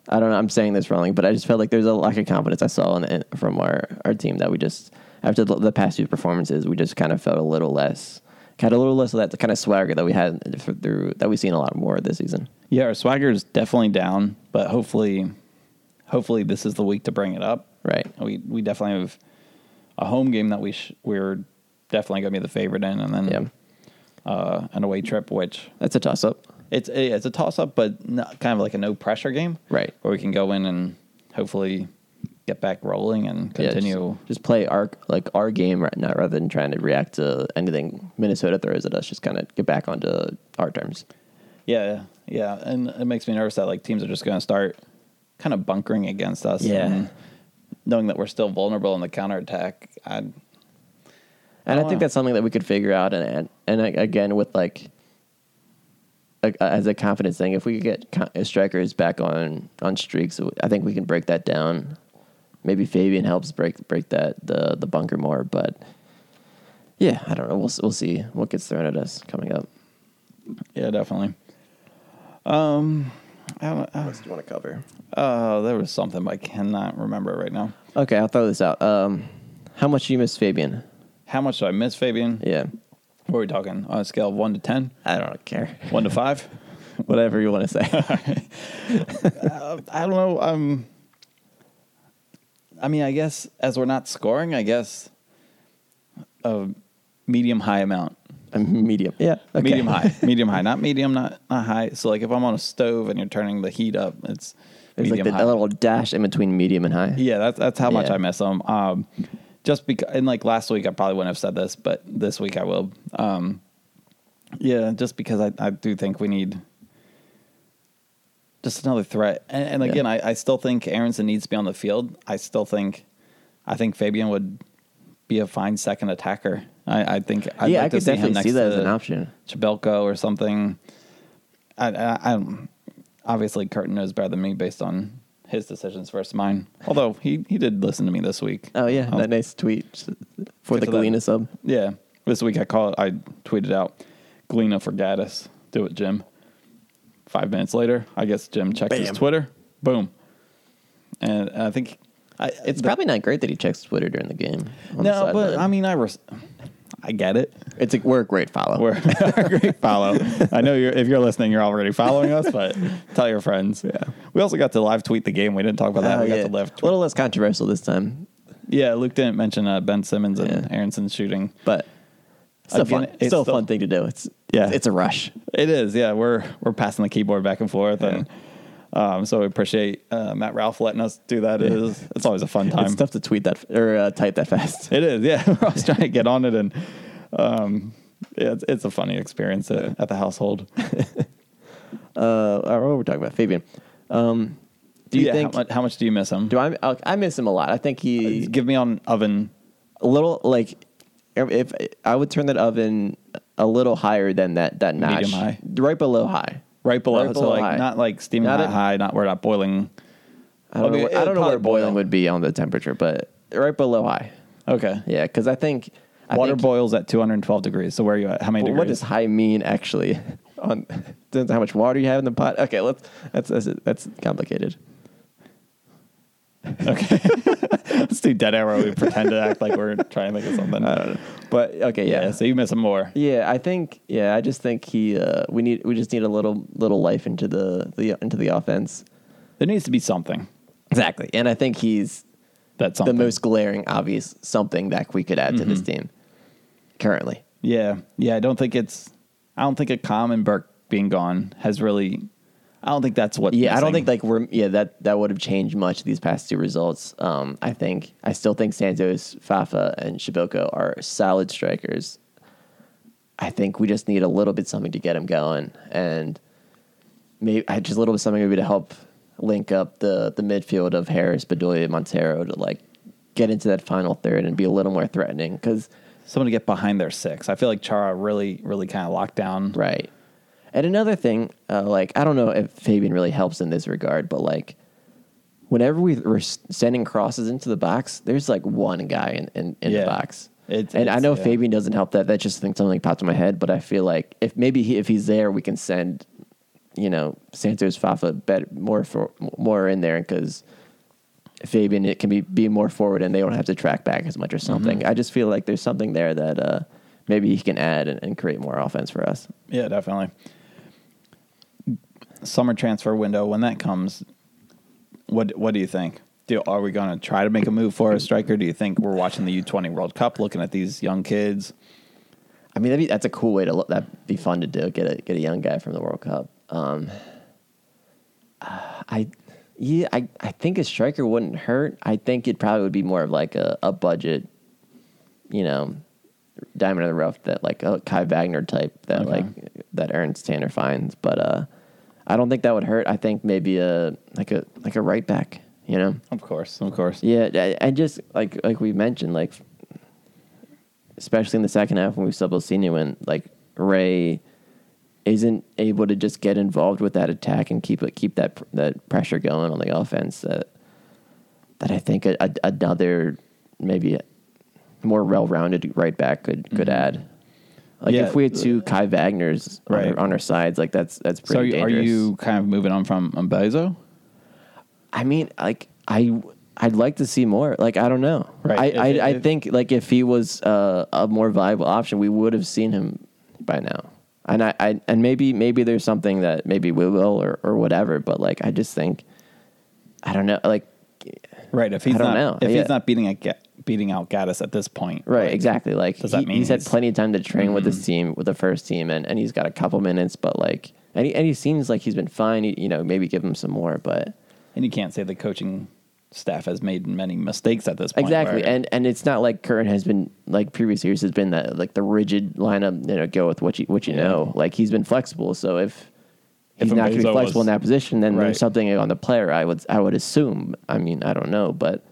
[SPEAKER 2] I don't know. I'm saying this wrong, but I just felt like there's a lack of confidence I saw in, in, from our, our team that we just after the, the past few performances we just kind of felt a little less, had a little less of that kind of swagger that we had for, through that we've seen a lot more this season.
[SPEAKER 1] Yeah, our swagger is definitely down, but hopefully, hopefully this is the week to bring it up.
[SPEAKER 2] Right.
[SPEAKER 1] We we definitely have a home game that we sh- we're definitely going to be the favorite in, and then
[SPEAKER 2] Yeah,
[SPEAKER 1] uh, an away trip, which
[SPEAKER 2] that's a toss up.
[SPEAKER 1] it's a, it's a toss up, but not, kind of like a no pressure game,
[SPEAKER 2] Right.
[SPEAKER 1] Where we can go in and hopefully get back rolling and
[SPEAKER 2] Yeah, just-
[SPEAKER 1] continue.
[SPEAKER 2] just, play our like our game right now rather than trying to react to anything Minnesota throws at us. Just kind of get back onto our terms.
[SPEAKER 1] Yeah, yeah, and it makes me nervous that like teams are just going to start kind of bunkering against us.
[SPEAKER 2] Yeah.
[SPEAKER 1] and knowing that we're still vulnerable in the counterattack, I
[SPEAKER 2] And I
[SPEAKER 1] Oh,
[SPEAKER 2] think
[SPEAKER 1] wow.
[SPEAKER 2] that's something that we could figure out. And and, and a- again, with like a, as a confidence thing, if we could get con- strikers back on on streaks, I think we can break that down. Maybe Fabian helps break break that the the bunker more, but yeah, I don't know. We'll s- we'll see what gets thrown at us coming up.
[SPEAKER 1] yeah, definitely. Um,
[SPEAKER 2] What else do you want to cover?
[SPEAKER 1] Uh, there was something but I cannot remember right now.
[SPEAKER 2] Okay, I'll throw this out. Um, how much do you miss Fabian?
[SPEAKER 1] How much do I miss Fabian?
[SPEAKER 2] Yeah,
[SPEAKER 1] What are we talking on a scale of one to ten?
[SPEAKER 2] I don't care.
[SPEAKER 1] One to five?
[SPEAKER 2] Whatever you want to say.
[SPEAKER 1] I don't know. Um, I mean, I guess as we're not scoring, I guess a medium high amount.
[SPEAKER 2] medium. Yeah. okay.
[SPEAKER 1] Medium high, medium high, not medium, not not high. So like if I'm on a stove and you're turning the heat up, it's
[SPEAKER 2] There's like
[SPEAKER 1] medium
[SPEAKER 2] the,
[SPEAKER 1] high.
[SPEAKER 2] that little dash in between medium and high.
[SPEAKER 1] Yeah, that's that's how much
[SPEAKER 2] Yeah.
[SPEAKER 1] I miss them. Um, just because, and like last week, I probably wouldn't have said this, but this week I will. Um, yeah, just because I, I do think we need just another threat. And, and
[SPEAKER 2] Yeah.
[SPEAKER 1] again, I, I still think Aronson needs to be on the field. I still think, I think Fabian would be a fine second attacker. I, I think. I'd
[SPEAKER 2] yeah,
[SPEAKER 1] like
[SPEAKER 2] I
[SPEAKER 1] to
[SPEAKER 2] could
[SPEAKER 1] see him
[SPEAKER 2] definitely
[SPEAKER 1] next
[SPEAKER 2] see that
[SPEAKER 1] to
[SPEAKER 2] as an option.
[SPEAKER 1] Chabelko or something. I, I, I'm obviously Curtin knows better than me based on his decisions versus mine. Although he, he did listen to me this week.
[SPEAKER 2] Oh yeah,
[SPEAKER 1] Um,
[SPEAKER 2] that nice tweet for the
[SPEAKER 1] Good for them.
[SPEAKER 2] Galena sub.
[SPEAKER 1] yeah. This week I call I tweeted out Galena for Gaddis. Do it, Jim. Five minutes later, I guess Jim checks his
[SPEAKER 2] Bam.
[SPEAKER 1] Twitter. Boom. And I think I,
[SPEAKER 2] It's probably not great that he checks Twitter during the game. on the
[SPEAKER 1] no, but
[SPEAKER 2] sideline.
[SPEAKER 1] I mean I res- I get it.
[SPEAKER 2] it's a, we're a great follow.
[SPEAKER 1] We're great follow. I know you're if you're listening, you're already following us, but tell your friends. Yeah. We also got to live tweet the game. We didn't talk about that.
[SPEAKER 2] Oh,
[SPEAKER 1] we got
[SPEAKER 2] yeah.
[SPEAKER 1] to live
[SPEAKER 2] a little less controversial this time,
[SPEAKER 1] Yeah, Luke didn't mention uh, Ben Simmons and
[SPEAKER 2] Yeah.
[SPEAKER 1] Aaronson's shooting.
[SPEAKER 2] but still
[SPEAKER 1] Again,
[SPEAKER 2] fun.
[SPEAKER 1] it's
[SPEAKER 2] It's still a
[SPEAKER 1] still-
[SPEAKER 2] fun thing to do. It's
[SPEAKER 1] Yeah.
[SPEAKER 2] it's a rush.
[SPEAKER 1] It is, yeah. We're we're passing the keyboard back and forth, and um, so we appreciate uh, Matt Ralph letting us do that. It is, it's always a fun time.
[SPEAKER 2] It's tough to tweet that f- or uh, type that fast.
[SPEAKER 1] It is, yeah. We're always trying to get on it, and um, yeah, it's, it's a funny experience at, at the household.
[SPEAKER 2] Uh, what were we talking about? Fabian. Um, do you
[SPEAKER 1] Yeah,
[SPEAKER 2] think?
[SPEAKER 1] how much, Uh, how much do you miss him?
[SPEAKER 2] do I? I- I miss him a lot. I think he
[SPEAKER 1] Give me on oven.
[SPEAKER 2] a little like if I would turn that oven a little higher than that that notch,
[SPEAKER 1] Medium high.
[SPEAKER 2] right below high.
[SPEAKER 1] Right below,
[SPEAKER 2] Right
[SPEAKER 1] so
[SPEAKER 2] below
[SPEAKER 1] like
[SPEAKER 2] high.
[SPEAKER 1] not like steaming
[SPEAKER 2] Not
[SPEAKER 1] hot
[SPEAKER 2] a-
[SPEAKER 1] high, not we're not boiling.
[SPEAKER 2] I don't
[SPEAKER 1] Okay,
[SPEAKER 2] know. Where, I
[SPEAKER 1] it'll
[SPEAKER 2] don't know where
[SPEAKER 1] probably
[SPEAKER 2] boiling
[SPEAKER 1] boil.
[SPEAKER 2] would be on the temperature, but right below high.
[SPEAKER 1] Okay,
[SPEAKER 2] Yeah, because I think I
[SPEAKER 1] water
[SPEAKER 2] think-
[SPEAKER 1] boils at 212 degrees. So where are you at? How many
[SPEAKER 2] But
[SPEAKER 1] degrees?
[SPEAKER 2] what does high mean actually? On depends on how much water you have in the pot. Okay, let's that's that's, that's complicated.
[SPEAKER 1] Let's do dead air where we pretend to act like we're trying to think of something. I don't know.
[SPEAKER 2] But okay,
[SPEAKER 1] Yeah,
[SPEAKER 2] yeah.
[SPEAKER 1] so you miss him more.
[SPEAKER 2] Yeah, I think. Yeah, I just think he. Uh, we need. We just need a little little life into the the into the offense.
[SPEAKER 1] There needs to be something.
[SPEAKER 2] Exactly, and I think he's
[SPEAKER 1] That's something.
[SPEAKER 2] the most glaring obvious something that we could add to this team currently.
[SPEAKER 1] Yeah, yeah. I don't think it's. I don't think a common Burke being gone has really. I don't think that's what.
[SPEAKER 2] Yeah, I don't
[SPEAKER 1] missing.
[SPEAKER 2] think like we're yeah that that would have changed much these past two results. Um, I think I still think Santos, Fafa, and Shiboko are solid strikers. I think we just need a little bit something to get them going, and maybe I just a little bit something maybe to help link up the the midfield of Harris, Bedoya, Montero to like get into that final third and be a little more threatening because.
[SPEAKER 1] someone to get behind their six. I feel like Chara really, really kind of locked down.
[SPEAKER 2] Right. And another thing, uh, like I don't know if Fabian really helps in this regard, but like whenever we were s- sending crosses into the box, there's like one guy in, in, in
[SPEAKER 1] Yeah.
[SPEAKER 2] the box.
[SPEAKER 1] It's-
[SPEAKER 2] and I
[SPEAKER 1] it's-
[SPEAKER 2] know
[SPEAKER 1] yeah.
[SPEAKER 2] Fabian doesn't help that. That just thing something popped in my head, but I feel like if maybe he, if he's there, we can send, you know, Santos Fafa better, more for more in there because Fabian it can be be more forward and they don't have to track back as much or something.
[SPEAKER 1] Mm-hmm.
[SPEAKER 2] I just feel like there's something there that uh, maybe he can add and, and create more offense for us.
[SPEAKER 1] Yeah, definitely. Summer transfer window when that comes, what what do you think? Do, are we going to try to make a move for a striker? Do you think we're watching the U twenty World Cup, looking at these young kids?
[SPEAKER 2] I mean, that'd be, that's a cool way to look. That'd be fun to do. Get a get a young guy from the World Cup. Um, uh, I yeah, I I think a striker wouldn't hurt. I think it probably would be more of like a, a budget, you know, diamond in the rough that like a Kai Wagner type that
[SPEAKER 1] Okay.
[SPEAKER 2] like that earns Tanner fines. But uh, I don't think that would hurt. I think maybe a like a like a right back. You know.
[SPEAKER 1] Of course, of course.
[SPEAKER 2] Yeah, I- and just like like we mentioned, like especially in the second half when we saw Bosnia when like Ray isn't able to just get involved with that attack and keep it keep that pr- that pressure going on the offense that that I think a, a, another maybe more well-rounded right back could could add. Like
[SPEAKER 1] Mm-hmm. Yeah.
[SPEAKER 2] if we had two Kai Wagner's on,
[SPEAKER 1] Right.
[SPEAKER 2] our, on our sides, like that's that's
[SPEAKER 1] So are
[SPEAKER 2] pretty
[SPEAKER 1] you, are
[SPEAKER 2] dangerous.
[SPEAKER 1] you kind of moving on from Mbezo?
[SPEAKER 2] I mean, like I, I'd like to see more. Like I don't know.
[SPEAKER 1] Right.
[SPEAKER 2] I,
[SPEAKER 1] If-
[SPEAKER 2] I, I
[SPEAKER 1] if-
[SPEAKER 2] think like if he was uh, a more viable option, we would have seen him by now. And I, I, and maybe, maybe there's something that maybe we will or or whatever. But like, I just think, I don't know. Like,
[SPEAKER 1] Right. If he's
[SPEAKER 2] I
[SPEAKER 1] not
[SPEAKER 2] don't know.
[SPEAKER 1] if
[SPEAKER 2] Yeah.
[SPEAKER 1] he's not beating a, Ga- beating out Gaddis at this point,
[SPEAKER 2] right?
[SPEAKER 1] like,
[SPEAKER 2] exactly. Like,
[SPEAKER 1] does that
[SPEAKER 2] he-
[SPEAKER 1] mean
[SPEAKER 2] he's had
[SPEAKER 1] he's- Mm-hmm.
[SPEAKER 2] plenty of time to train with this team, with the first team, and and he's got a couple minutes. But like, and he, and he seems like he's been fine. You, you know, maybe give him some more, but.
[SPEAKER 1] And you can't say the coaching staff has made many mistakes at this point.
[SPEAKER 2] Exactly,
[SPEAKER 1] where-
[SPEAKER 2] and and it's not like current has been like previous years has been that like the rigid lineup. You know, go with what you what you know. Like he's been flexible. So if
[SPEAKER 1] If
[SPEAKER 2] he's not going to be
[SPEAKER 1] Mbazo
[SPEAKER 2] flexible
[SPEAKER 1] was-
[SPEAKER 2] in that position, then
[SPEAKER 1] Right.
[SPEAKER 2] there's something on the player. I would I would assume. I mean, I don't know, but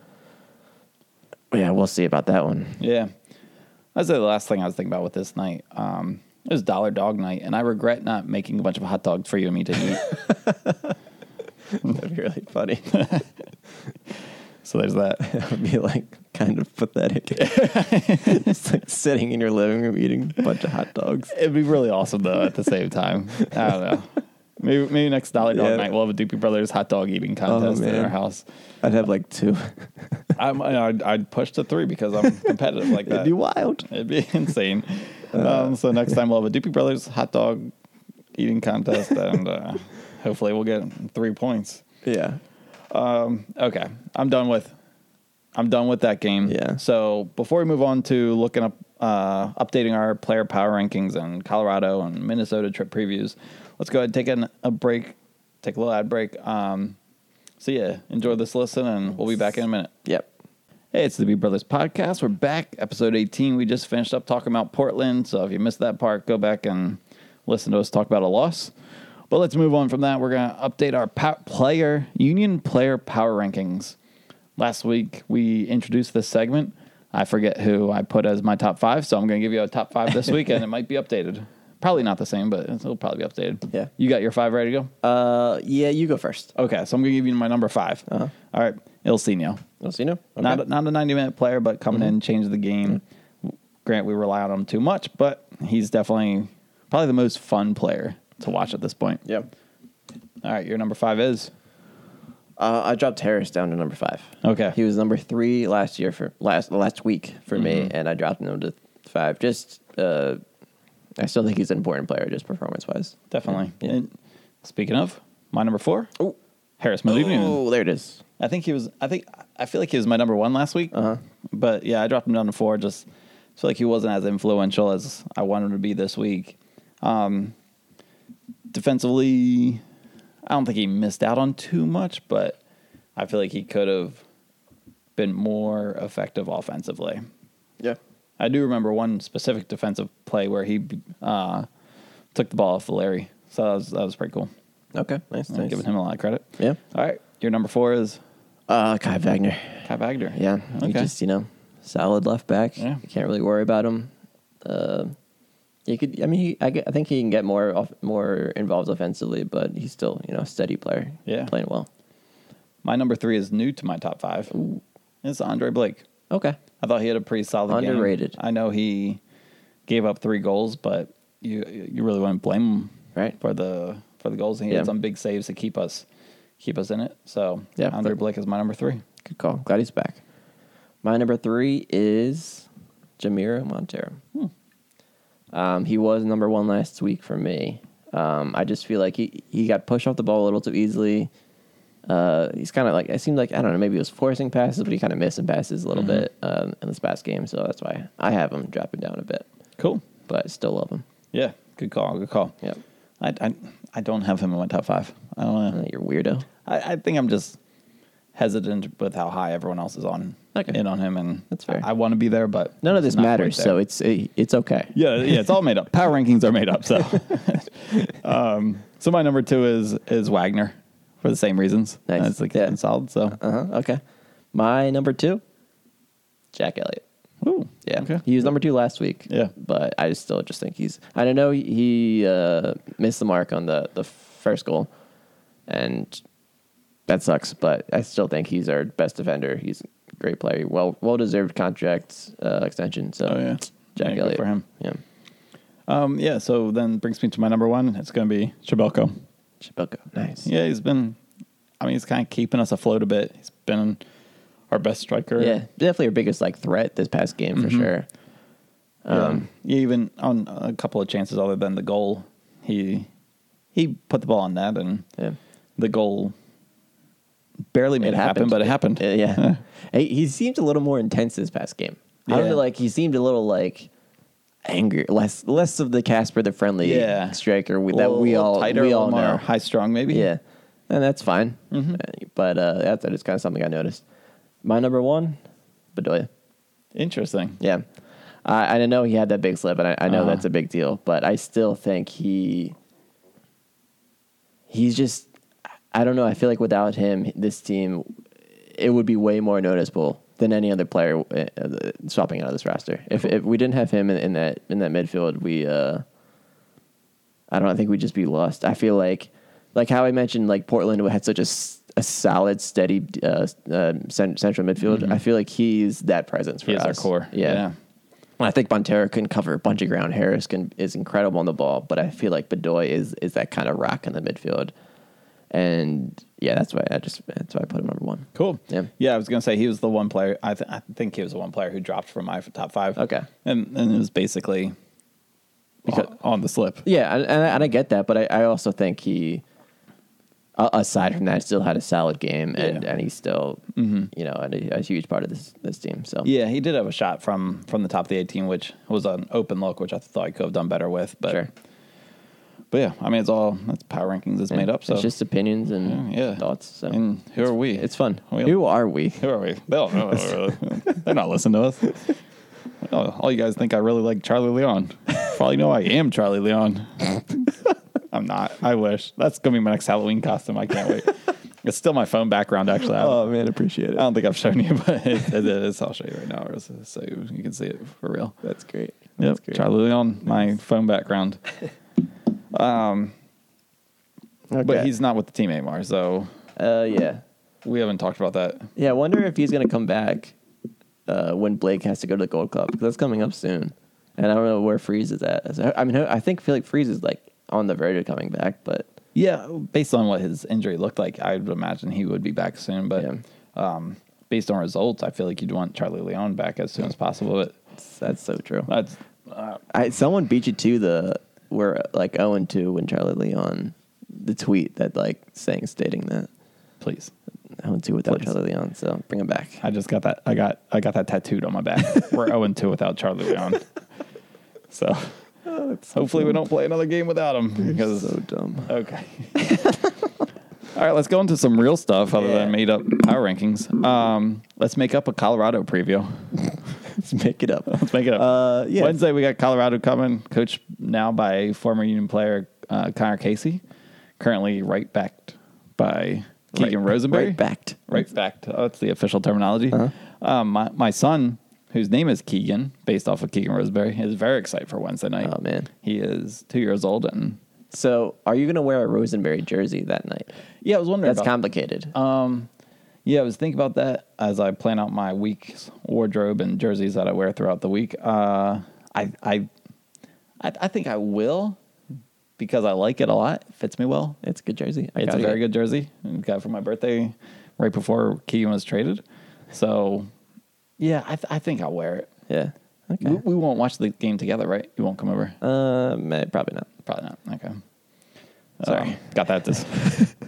[SPEAKER 2] yeah, we'll see about that one.
[SPEAKER 1] Yeah. That's the last thing I was thinking about with this night. Um, it was Dollar Dog Night, and I regret not making a bunch of hot dogs for you and me to eat.
[SPEAKER 2] That'd be really funny.
[SPEAKER 1] so there's that.
[SPEAKER 2] that would be like kind of pathetic. Just like sitting in your living room eating a bunch of hot dogs.
[SPEAKER 1] It'd be really awesome though. At the same time, I don't know. Maybe maybe next Dollar Dog
[SPEAKER 2] Yeah. Oh,
[SPEAKER 1] Night we'll have a Doopy Brothers hot dog eating contest in
[SPEAKER 2] man.
[SPEAKER 1] our house.
[SPEAKER 2] I'd have like two.
[SPEAKER 1] I'm, I'd, I'd push to three because I'm competitive like that.
[SPEAKER 2] It'd be wild.
[SPEAKER 1] It'd be insane.
[SPEAKER 2] Uh,
[SPEAKER 1] um, so next time we'll have a Doopy Brothers hot dog eating contest, and uh, hopefully we'll get three points.
[SPEAKER 2] Yeah.
[SPEAKER 1] Okay, I'm done with. I'm done with that game.
[SPEAKER 2] Yeah.
[SPEAKER 1] So before we move on to looking up, uh, updating our player power rankings and Colorado and Minnesota trip previews, let's go ahead and take an, a break, take a little ad break. Um, so yeah, enjoy this listen, and we'll be back in a minute.
[SPEAKER 2] Yep.
[SPEAKER 1] Hey, it's the B Brothers Podcast. We're back, episode 18. We just finished up talking about Portland. So if you missed that part, go back and listen to us talk about a loss. But let's move on from that. We're going to update our pow- player, union player power rankings. Last week, we introduced this segment. I forget who I put as my top five. So I'm going to give you a top five this week, and it might be updated. Probably not the same, but it'll probably be updated.
[SPEAKER 2] Yeah.
[SPEAKER 1] You got your five ready to go?
[SPEAKER 2] Uh, yeah, Uh-huh. you go first.
[SPEAKER 1] okay. So I'm going to give you my number 5 All right. Il Sino.
[SPEAKER 2] Elsino? Okay. Mm-hmm.
[SPEAKER 1] Not not a 90 minute player, but coming in, changed the game. Grant, we rely on him too much, but he's definitely probably the most fun player to watch at this point.
[SPEAKER 2] Yep.
[SPEAKER 1] All right, your number five is
[SPEAKER 2] Uh, I dropped Harris down to number five.
[SPEAKER 1] Okay.
[SPEAKER 2] He was number three last year for last last week for me, and I dropped him to five. Just uh, I still think he's an important player, just performance wise.
[SPEAKER 1] definitely.
[SPEAKER 2] Yeah.
[SPEAKER 1] And speaking of, my number four,
[SPEAKER 2] Oh,
[SPEAKER 1] Harris Malibu.
[SPEAKER 2] oh, there it is.
[SPEAKER 1] I think he was. I think I feel like he was my number one last week. Uh-huh. But yeah, I dropped him down to four. Just feel like he wasn't as influential as I wanted him to be this week. Um, defensively, I don't think he missed out on too much, but I feel like he could have been more effective offensively.
[SPEAKER 2] Yeah.
[SPEAKER 1] I do remember one specific defensive play where he uh, took the ball off the Larry. So that was, that was pretty cool.
[SPEAKER 2] Okay. Nice.
[SPEAKER 1] I'm
[SPEAKER 2] nice.
[SPEAKER 1] giving him a lot of credit.
[SPEAKER 2] Yeah.
[SPEAKER 1] All right. Your number four is
[SPEAKER 2] Uh, Kai Wagner.
[SPEAKER 1] Kai Wagner.
[SPEAKER 2] Yeah.
[SPEAKER 1] Okay.
[SPEAKER 2] He just, you know, solid left back.
[SPEAKER 1] Yeah.
[SPEAKER 2] You can't really worry about him. Uh, you could, I mean, he, I, get- I think he can get more off, more involved offensively, but he's still, you know, a steady player.
[SPEAKER 1] Yeah.
[SPEAKER 2] Playing well.
[SPEAKER 1] my number three is new to my top five. It's Andre Blake.
[SPEAKER 2] Okay.
[SPEAKER 1] I thought he had a pretty solid game.
[SPEAKER 2] Underrated.
[SPEAKER 1] I know he gave up three goals, but you you really wouldn't blame him
[SPEAKER 2] Right.
[SPEAKER 1] for the for the goals. He
[SPEAKER 2] Yeah.
[SPEAKER 1] had some big saves to keep us keep us in it. So
[SPEAKER 2] Yeah,
[SPEAKER 1] Andre
[SPEAKER 2] but-
[SPEAKER 1] Blake is my number three.
[SPEAKER 2] Good call. Glad he's back. My number three is Jamiro Montero.
[SPEAKER 1] Hmm.
[SPEAKER 2] Um, he was number one last week for me. Um, I just feel like he, he got pushed off the ball a little too easily. Uh, he's kind of like, it seemed like, I don't know, maybe he was forcing passes, but he kind of missed some passes a little
[SPEAKER 1] Mm-hmm.
[SPEAKER 2] bit um, in this past game. So that's why I have him dropping down a bit,
[SPEAKER 1] Cool.
[SPEAKER 2] but I still love him.
[SPEAKER 1] Yeah. Good call. Good call.
[SPEAKER 2] Yep.
[SPEAKER 1] I, I I don't have him in my top five. I don't know.
[SPEAKER 2] Uh, you're weirdo.
[SPEAKER 1] I, I think I'm just hesitant with how high everyone else is on
[SPEAKER 2] Okay.
[SPEAKER 1] in on him, and
[SPEAKER 2] That's fair.
[SPEAKER 1] I, want to be there, but
[SPEAKER 2] None of
[SPEAKER 1] it's
[SPEAKER 2] this
[SPEAKER 1] not quite
[SPEAKER 2] matters,
[SPEAKER 1] there.
[SPEAKER 2] so it's it, it's okay.
[SPEAKER 1] yeah, yeah, it's all made up. Power rankings are made up. So, um, so my number two is is Wagner for the same reasons.
[SPEAKER 2] Nice.
[SPEAKER 1] It's like
[SPEAKER 2] Yeah.
[SPEAKER 1] and solid. So,
[SPEAKER 2] Uh huh. Okay. My number two, Jack Elliott.
[SPEAKER 1] Ooh,
[SPEAKER 2] Yeah.
[SPEAKER 1] okay.
[SPEAKER 2] He was number two last week.
[SPEAKER 1] Yeah.
[SPEAKER 2] But I still just think he's. I don't know. He uh, missed the mark on the, the first goal. And that sucks. But I still think he's our best defender. He's a great player. Well well deserved contract uh, extension. So
[SPEAKER 1] Oh, yeah. Yeah,
[SPEAKER 2] Jack
[SPEAKER 1] good
[SPEAKER 2] Elliott.
[SPEAKER 1] for him.
[SPEAKER 2] Yeah.
[SPEAKER 1] Um, yeah. So then brings me to my number one. It's going to be Chabelko.
[SPEAKER 2] Chabelko. Nice.
[SPEAKER 1] Yeah, he's been. I mean, he's kind of keeping us afloat a bit. He's been our best striker.
[SPEAKER 2] Yeah. Definitely our biggest like threat this past game for sure.
[SPEAKER 1] Um, even on a couple of chances other than the goal, he he put the ball on net, and
[SPEAKER 2] Yeah.
[SPEAKER 1] the goal barely made it, happen, but it happened.
[SPEAKER 2] Uh, yeah. he, he seemed a little more intense this past game. I don't
[SPEAKER 1] Yeah.
[SPEAKER 2] know, like he seemed a little like angry, less less of the Casper the friendly
[SPEAKER 1] Yeah.
[SPEAKER 2] striker we,
[SPEAKER 1] A
[SPEAKER 2] that
[SPEAKER 1] little-
[SPEAKER 2] we
[SPEAKER 1] little
[SPEAKER 2] all
[SPEAKER 1] tighter,
[SPEAKER 2] we
[SPEAKER 1] a
[SPEAKER 2] all
[SPEAKER 1] little more
[SPEAKER 2] know.
[SPEAKER 1] high Mm-hmm. strung maybe.
[SPEAKER 2] Yeah, and that's fine. Uh, But uh, that's that is kind of something I noticed. My number one, Bedoya.
[SPEAKER 1] interesting.
[SPEAKER 2] Yeah. I, I didn't know he had that big slip, and I, I know
[SPEAKER 1] Uh-huh.
[SPEAKER 2] that's a big deal, but I still think he he's just I don't know. I feel like without him, this team it would be way more noticeable than any other player uh, uh, swapping out of this roster. If if we didn't have him in, in that in that midfield, we uh, I don't know, I think we'd just be lost. I feel like like how I mentioned like Portland had such a s- a solid, steady uh, uh, cent- central midfield. I feel like he's that presence for
[SPEAKER 1] Mm-hmm. He is
[SPEAKER 2] us.
[SPEAKER 1] our core.
[SPEAKER 2] Yeah. I think Montero can cover a bunch of ground. Harris can is incredible on the ball, but I feel like Bedoy is is that kind of rock in the midfield, and yeah, that's why I just that's why I put him number one.
[SPEAKER 1] Cool.
[SPEAKER 2] Yeah.
[SPEAKER 1] I was gonna say he was the one player. I, th- I think he was the one player who dropped from my top five.
[SPEAKER 2] Okay.
[SPEAKER 1] and and it was basically
[SPEAKER 2] Because-
[SPEAKER 1] on, on the slip.
[SPEAKER 2] Yeah, and, and, I, and I get that, but I, I also think he, a- aside from that, still had a solid game, and
[SPEAKER 1] Yeah.
[SPEAKER 2] and he's still you know a, a huge part of this this team. So
[SPEAKER 1] Yeah, he did have a shot from from the top of the 18, which was an open look, which I thought he could have done better with. But
[SPEAKER 2] sure,
[SPEAKER 1] but yeah, I mean it's all that's power rankings is made up. So
[SPEAKER 2] it's just opinions and
[SPEAKER 1] Yeah, yeah.
[SPEAKER 2] thoughts. So
[SPEAKER 1] and who are we?
[SPEAKER 2] it's fun.
[SPEAKER 1] We-
[SPEAKER 2] Who are we?
[SPEAKER 1] Who are we? They don't know. They're not listening to us. Oh, all you guys think I really like Charlie Leon. For all you know, I am Charlie Leon. I'm not. I wish. That's going to be my next Halloween costume. I can't wait. It's still my phone background, actually. I,
[SPEAKER 2] Oh man, appreciate
[SPEAKER 1] I don't think I've shown you, but it, it is. I'll show you right now so you can see it for real.
[SPEAKER 2] That's great.
[SPEAKER 1] Yep, Charlie Leon, my phone background. But he's not with the team anymore, so
[SPEAKER 2] uh yeah
[SPEAKER 1] we haven't talked about that.
[SPEAKER 2] yeah. I wonder if he's gonna come back uh, when Blake has to go to the Gold Club because that's coming up soon, and I don't know where Freeze is at. So, I mean, I think feel like Freeze is like on the verge of coming back, but
[SPEAKER 1] Yeah, based on what his injury looked like, I would imagine he would be back soon. But
[SPEAKER 2] Yeah.
[SPEAKER 1] um, based on results, I feel like you'd want Charlie Leon back as soon as possible. But
[SPEAKER 2] that's so true.
[SPEAKER 1] that's
[SPEAKER 2] I, someone beat you to the we're like 0 and 2 when Charlie Leon the tweet that like saying stating that
[SPEAKER 1] please.
[SPEAKER 2] 0 and 2 without
[SPEAKER 1] Please.
[SPEAKER 2] Charlie Leon. So bring him back.
[SPEAKER 1] I just got that. I got I got that tattooed on my back. We're zero two without Charlie Leon. So hopefully we don't play another game without him because
[SPEAKER 2] so dumb.
[SPEAKER 1] okay. All right, let's go into some real stuff other
[SPEAKER 2] Yeah.
[SPEAKER 1] than made up power rankings. Um, let's make up a Colorado preview.
[SPEAKER 2] Let's make it up.
[SPEAKER 1] Let's make it up.
[SPEAKER 2] Uh, yeah.
[SPEAKER 1] Wednesday, we got Colorado coming, coached now by former Union player uh, Connor Casey, currently right backed by Keegan
[SPEAKER 2] Right-
[SPEAKER 1] Rosenberry.
[SPEAKER 2] Right Uh-huh. backed.
[SPEAKER 1] Right backed. Oh, that's the official terminology. Um, my, my son, whose name is Keegan, based off of Keegan Rosenberry, is very excited for Wednesday night.
[SPEAKER 2] Oh, man.
[SPEAKER 1] He is two years old. And
[SPEAKER 2] So, are you going to wear a Rosenberry jersey that night?
[SPEAKER 1] yeah, I was wondering.
[SPEAKER 2] That's
[SPEAKER 1] about-
[SPEAKER 2] complicated.
[SPEAKER 1] Um, Yeah, I was thinking about that as I plan out my week's wardrobe and jerseys that I wear throughout the week. Uh, I, I, I, I think I will because I like it a lot. It fits me well.
[SPEAKER 2] it's a good jersey. I
[SPEAKER 1] It's a
[SPEAKER 2] got it.
[SPEAKER 1] very good jersey. I got it for my birthday right before Keegan was traded. So, yeah, I, th- I think I'll wear it.
[SPEAKER 2] Yeah. Okay.
[SPEAKER 1] We, we won't watch the game together, right? You won't come over?
[SPEAKER 2] Uh, meh, probably not.
[SPEAKER 1] Probably not. Okay.
[SPEAKER 2] Sorry.
[SPEAKER 1] Um, got that. Just,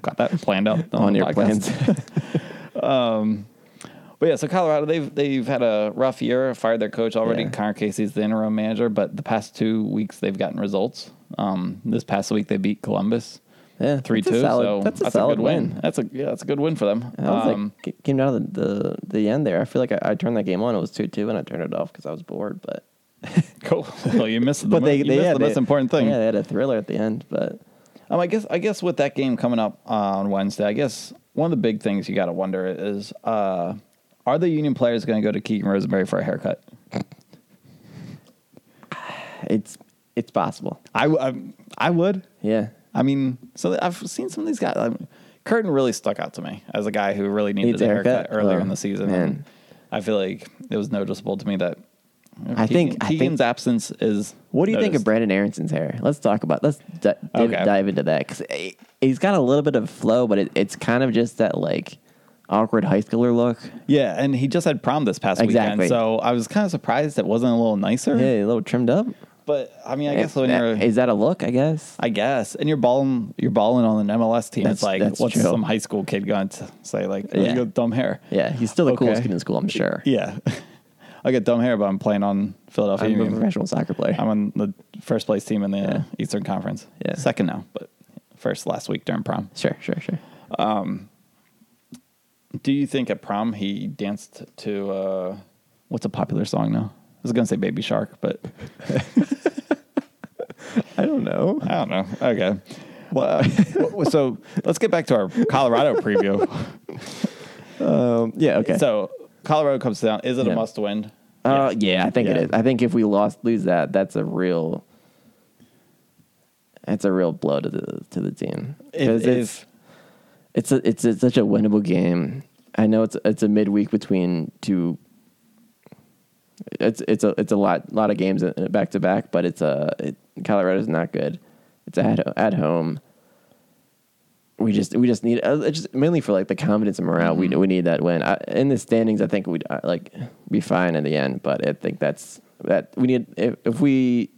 [SPEAKER 1] got that planned out
[SPEAKER 2] On,
[SPEAKER 1] the
[SPEAKER 2] your
[SPEAKER 1] podcast. Um,
[SPEAKER 2] plans.
[SPEAKER 1] But yeah, so Colorado they've they've had a rough year. Fired their coach already.
[SPEAKER 2] Yeah.
[SPEAKER 1] Connor Casey's the interim manager, but the past two weeks they've gotten results. Um, this past week they beat Columbus
[SPEAKER 2] yeah.
[SPEAKER 1] three
[SPEAKER 2] That's
[SPEAKER 1] two.
[SPEAKER 2] a solid,
[SPEAKER 1] So
[SPEAKER 2] that's a solid
[SPEAKER 1] good
[SPEAKER 2] win.
[SPEAKER 1] That's a yeah, that's a good win for them.
[SPEAKER 2] I was
[SPEAKER 1] Um,
[SPEAKER 2] like, it came down to the, the, the end there. I feel like I, I turned that game on. It was 2 2, and I turned it off because I was bored. But,
[SPEAKER 1] cool. well, you missed the,
[SPEAKER 2] but
[SPEAKER 1] but
[SPEAKER 2] they,
[SPEAKER 1] you
[SPEAKER 2] they
[SPEAKER 1] missed
[SPEAKER 2] yeah,
[SPEAKER 1] the
[SPEAKER 2] they-
[SPEAKER 1] most important thing.
[SPEAKER 2] Yeah, they had a thriller at the end. But
[SPEAKER 1] Um, I guess I guess with that game coming up uh, on Wednesday, I guess one of the big things you got to wonder is uh, are the Union players going to go to Keaton Rosenberry for a haircut?
[SPEAKER 2] it's it's possible.
[SPEAKER 1] I w- I'm- I would.
[SPEAKER 2] Yeah.
[SPEAKER 1] I mean, so I've seen some of these guys. Um, Curtin really stuck out to me as a guy who really needed
[SPEAKER 2] Needs
[SPEAKER 1] a
[SPEAKER 2] a
[SPEAKER 1] haircut,
[SPEAKER 2] haircut?
[SPEAKER 1] earlier
[SPEAKER 2] Oh,
[SPEAKER 1] in the season.
[SPEAKER 2] man.
[SPEAKER 1] And I feel like it was noticeable to me that
[SPEAKER 2] I think- I think-
[SPEAKER 1] Keegan's absence is.
[SPEAKER 2] What do you think of
[SPEAKER 1] noticed.
[SPEAKER 2] Brandon Aronson's hair? Let's talk about let's di- dive,
[SPEAKER 1] Okay.
[SPEAKER 2] dive into that because he's got a little bit of flow, but it, it's kind of just that like awkward high schooler look.
[SPEAKER 1] Yeah, and he just had prom this past
[SPEAKER 2] Exactly.
[SPEAKER 1] weekend, so I was kind of surprised it wasn't a little nicer.
[SPEAKER 2] Yeah, a little trimmed up.
[SPEAKER 1] But I mean, I guess when
[SPEAKER 2] That-
[SPEAKER 1] you're,
[SPEAKER 2] is that a look? I guess.
[SPEAKER 1] I guess, and you're balling, you're balling on an MLS team.
[SPEAKER 2] That's-
[SPEAKER 1] It's like,
[SPEAKER 2] that's
[SPEAKER 1] what's
[SPEAKER 2] true.
[SPEAKER 1] some high school kid going to say? Like, oh,
[SPEAKER 2] Yeah.
[SPEAKER 1] you got dumb hair.
[SPEAKER 2] Yeah, he's still the coolest
[SPEAKER 1] Okay.
[SPEAKER 2] kid in school, I'm sure.
[SPEAKER 1] Yeah, I got dumb hair, but I'm playing on Philadelphia.
[SPEAKER 2] I'm a
[SPEAKER 1] Union.
[SPEAKER 2] professional soccer player.
[SPEAKER 1] I'm on the first place team in the
[SPEAKER 2] Yeah.
[SPEAKER 1] Eastern Conference.
[SPEAKER 2] Yeah.
[SPEAKER 1] Second now, but first last week during prom.
[SPEAKER 2] sure, sure, sure.
[SPEAKER 1] Do you think at prom he danced to uh, what's a popular song now? I was gonna say Baby Shark, but
[SPEAKER 2] I don't know.
[SPEAKER 1] I don't know. Okay. Well, uh, so let's get back to our Colorado preview.
[SPEAKER 2] Um, yeah. Okay.
[SPEAKER 1] So Colorado comes down. Is it
[SPEAKER 2] Yeah.
[SPEAKER 1] a must win?
[SPEAKER 2] Uh, yeah, I think it
[SPEAKER 1] Yeah.
[SPEAKER 2] is. I think if we lost lose that, that's a real that's a real blow to the to the team.
[SPEAKER 1] If-
[SPEAKER 2] 'Cause it's
[SPEAKER 1] if-
[SPEAKER 2] it's, a, it's it's such a winnable game. I know it's it's a midweek between two. It's it's a it's a lot lot of games in- in back to back, but it's a it, Colorado's not good. It's at ho- at home. We just we just need uh, it's just mainly for like the confidence and morale. We we need that win I, in the standings. I think we'd uh, like be fine in the end, but I think that's that we need if, if we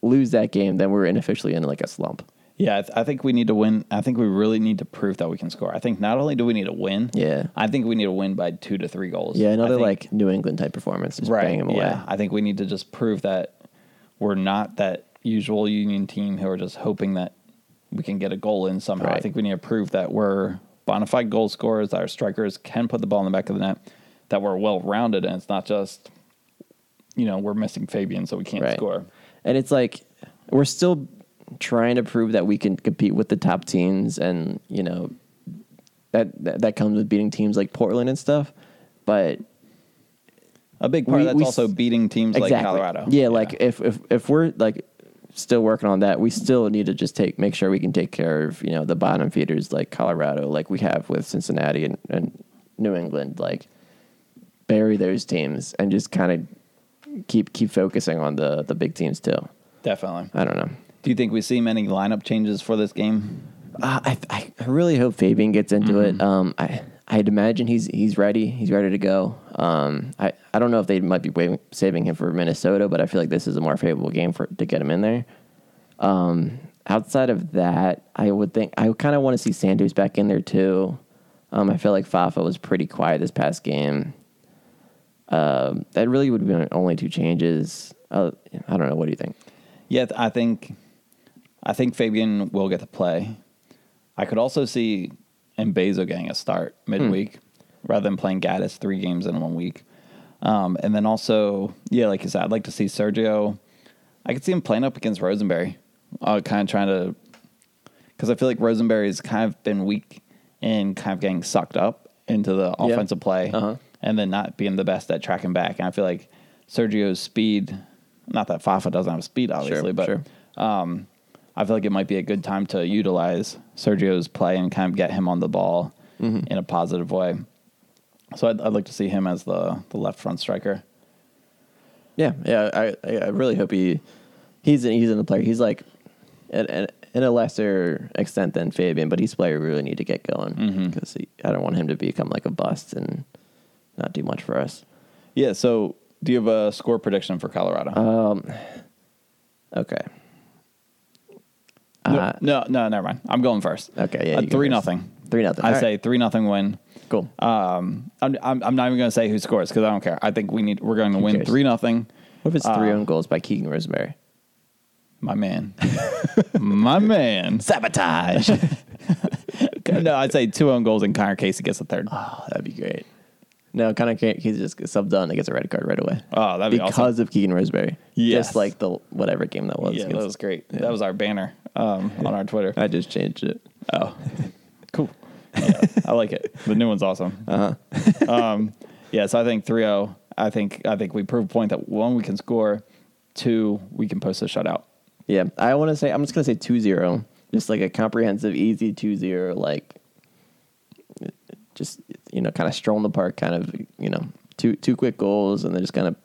[SPEAKER 2] lose that game, then we're unofficially in like a slump.
[SPEAKER 1] Yeah, I, th- I think we need to win. I think we really need to prove that we can score. I think not only do we need to win,
[SPEAKER 2] Yeah.
[SPEAKER 1] I think we need to win by two to three goals.
[SPEAKER 2] Yeah, another
[SPEAKER 1] I think-
[SPEAKER 2] like New England type performance, just bang them away.
[SPEAKER 1] Yeah, I think we need to just prove that we're not that usual Union team who are just hoping that we can get a goal in somehow. I
[SPEAKER 2] Right.
[SPEAKER 1] think we need to prove that we're bona fide goal scorers, that our strikers can put the ball in the back of the net, that we're well rounded, and it's not just, you know, we're missing Fabian, so we can't
[SPEAKER 2] Right.
[SPEAKER 1] score.
[SPEAKER 2] And it's like we're still trying to prove that we can compete with the top teams, and you know that that, that comes with beating teams like Portland and stuff. But
[SPEAKER 1] A big part
[SPEAKER 2] We-
[SPEAKER 1] of that's
[SPEAKER 2] we
[SPEAKER 1] also
[SPEAKER 2] s-
[SPEAKER 1] beating teams like
[SPEAKER 2] exactly,
[SPEAKER 1] Colorado.
[SPEAKER 2] yeah, like if if if we're like still working on that, we still need to just take make sure we can take care of you know the bottom feeders like Colorado, like we have with Cincinnati and, and New England, like bury those teams and just kind of keep keep focusing on the the big teams too.
[SPEAKER 1] definitely.
[SPEAKER 2] I don't know.
[SPEAKER 1] Do you think we see many lineup changes for this game?
[SPEAKER 2] Uh, I, I I really hope Fabian gets into it. Um, I I'd imagine he's he's ready. He's ready to go. Um, I, I don't know if they might be waving, saving him for Minnesota, but I feel like this is a more favorable game for to get him in there. Um, outside of that, I would think I kind of want to see Sanders back in there too. Um, I feel like Fafa was pretty quiet this past game. Um, that really would have been only two changes. Uh, I don't know. What do you think?
[SPEAKER 1] Yeah, th- I think I think Fabian will get to play. I could also see and Bezo getting a start midweek rather than playing Gaddis three games in one week. Um, and then also, yeah, like you said, I'd like to see Sergio. I could see him playing up against Rosenberry, uh, kind of trying to, because I feel like Rosenberry's kind of been weak in kind of getting sucked up into the offensive play
[SPEAKER 2] Uh-huh.
[SPEAKER 1] and then not being the best at tracking back. And I feel like Sergio's speed, not that Fafa doesn't have speed, obviously, but um,
[SPEAKER 2] sure.
[SPEAKER 1] I feel like it might be a good time to utilize Sergio's play and kind of get him on the ball in a positive way. So I'd, I'd like to see him as the, the left front striker.
[SPEAKER 2] Yeah, yeah. I, I I really hope he he's in, he's in the player. He's like in, in, in a lesser extent than Fabian, but he's a player we really need to get
[SPEAKER 1] Mm-hmm.
[SPEAKER 2] going because I don't want him to become like a bust and not do much for us.
[SPEAKER 1] Yeah. So do you have a score prediction for Colorado?
[SPEAKER 2] Okay.
[SPEAKER 1] no,
[SPEAKER 2] uh,
[SPEAKER 1] no, no, never mind. I'm going first.
[SPEAKER 2] Okay, yeah,
[SPEAKER 1] Uh,
[SPEAKER 2] you go
[SPEAKER 1] three
[SPEAKER 2] first.
[SPEAKER 1] nothing.
[SPEAKER 2] Three nothing.
[SPEAKER 1] I
[SPEAKER 2] All right.
[SPEAKER 1] say uh, three nothing win.
[SPEAKER 2] Cool.
[SPEAKER 1] I'm, I'm, I'm not even going to say who scores because I don't care. I think we need we're going to win
[SPEAKER 2] cares?
[SPEAKER 1] three nothing.
[SPEAKER 2] what if it's
[SPEAKER 1] uh,
[SPEAKER 2] three own goals by Keegan Rosemary?
[SPEAKER 1] My man, my man.
[SPEAKER 2] Sabotage.
[SPEAKER 1] No, I'd say two own goals and Connor Casey gets a third.
[SPEAKER 2] oh, that'd be great. No, kind of can't. He's just subbed on. and gets a red card right away.
[SPEAKER 1] Oh, that'd be
[SPEAKER 2] because
[SPEAKER 1] awesome.
[SPEAKER 2] of Keegan Rosemary.
[SPEAKER 1] Yes.
[SPEAKER 2] Just like the whatever game that was.
[SPEAKER 1] yeah, that
[SPEAKER 2] against-
[SPEAKER 1] was great. That was our banner um, on our Twitter.
[SPEAKER 2] I just changed it.
[SPEAKER 1] Oh, cool. Yeah, I like it. The new one's awesome. Uh-huh. um, yeah, so I think 3-0. I think I think we prove a point that one we can score, two we can post a shutout.
[SPEAKER 2] Yeah, I want to say I'm just gonna say 2-0. just like a comprehensive, easy 2-0, like just you know, kind of stroll in the park, kind of you know, two two quick goals, and then just kind of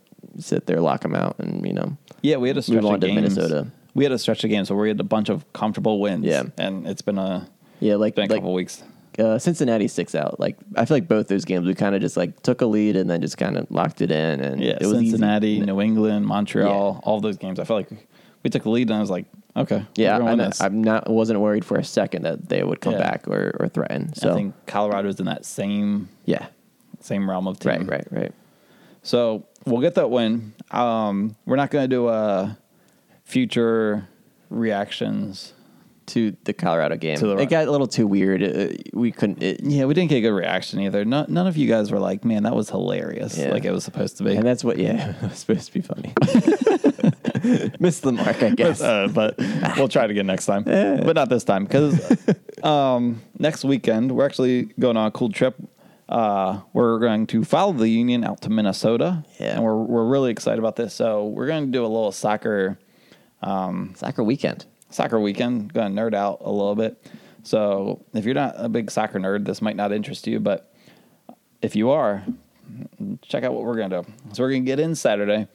[SPEAKER 2] sit there, lock them out, and you know,
[SPEAKER 1] Yeah, we had a stretch
[SPEAKER 2] on
[SPEAKER 1] of
[SPEAKER 2] to
[SPEAKER 1] games.
[SPEAKER 2] Minnesota.
[SPEAKER 1] We had a stretch of games where we had a bunch of comfortable wins.
[SPEAKER 2] Yeah.
[SPEAKER 1] and it's been a
[SPEAKER 2] yeah, like
[SPEAKER 1] been a
[SPEAKER 2] like
[SPEAKER 1] couple weeks.
[SPEAKER 2] uh, Cincinnati sticks out. Like I feel like both those games, we kind of just like took a lead and then just kind of locked it in, and
[SPEAKER 1] Yeah,
[SPEAKER 2] it was easy.
[SPEAKER 1] Cincinnati, New England, Montreal, all those games. I felt like we took the lead, and I was like, okay,
[SPEAKER 2] Yeah,
[SPEAKER 1] we're gonna win
[SPEAKER 2] I'm,
[SPEAKER 1] this.
[SPEAKER 2] I'm not wasn't worried for a second that they would come
[SPEAKER 1] Yeah.
[SPEAKER 2] back or, or threaten.
[SPEAKER 1] I
[SPEAKER 2] So
[SPEAKER 1] think Colorado's in that same
[SPEAKER 2] yeah,
[SPEAKER 1] same realm of team.
[SPEAKER 2] right, right, right.
[SPEAKER 1] So we'll get that win. Um, we're not going to do a future reactions.
[SPEAKER 2] to the Colorado game.
[SPEAKER 1] To the-
[SPEAKER 2] it got a little too weird. Uh, we couldn't. It,
[SPEAKER 1] Yeah, we didn't get a good reaction either. No, none of you guys were like, "Man, that was hilarious!"
[SPEAKER 2] Yeah.
[SPEAKER 1] Like it was supposed to be.
[SPEAKER 2] and that's what. Yeah, it was supposed to be funny. Missed the mark, I guess.
[SPEAKER 1] Uh, but we'll try it again next time, but not this time because um, next weekend we're actually going on a cool trip. Uh, we're going to follow the Union out to Minnesota,
[SPEAKER 2] Yeah.
[SPEAKER 1] and we're we're really excited about this. So we're going to do a little soccer.
[SPEAKER 2] Soccer weekend.
[SPEAKER 1] soccer weekend. Gonna nerd out a little bit. So if you're not a big soccer nerd, this might not interest you, but if you are, check out what we're gonna do. So we're gonna get in Saturday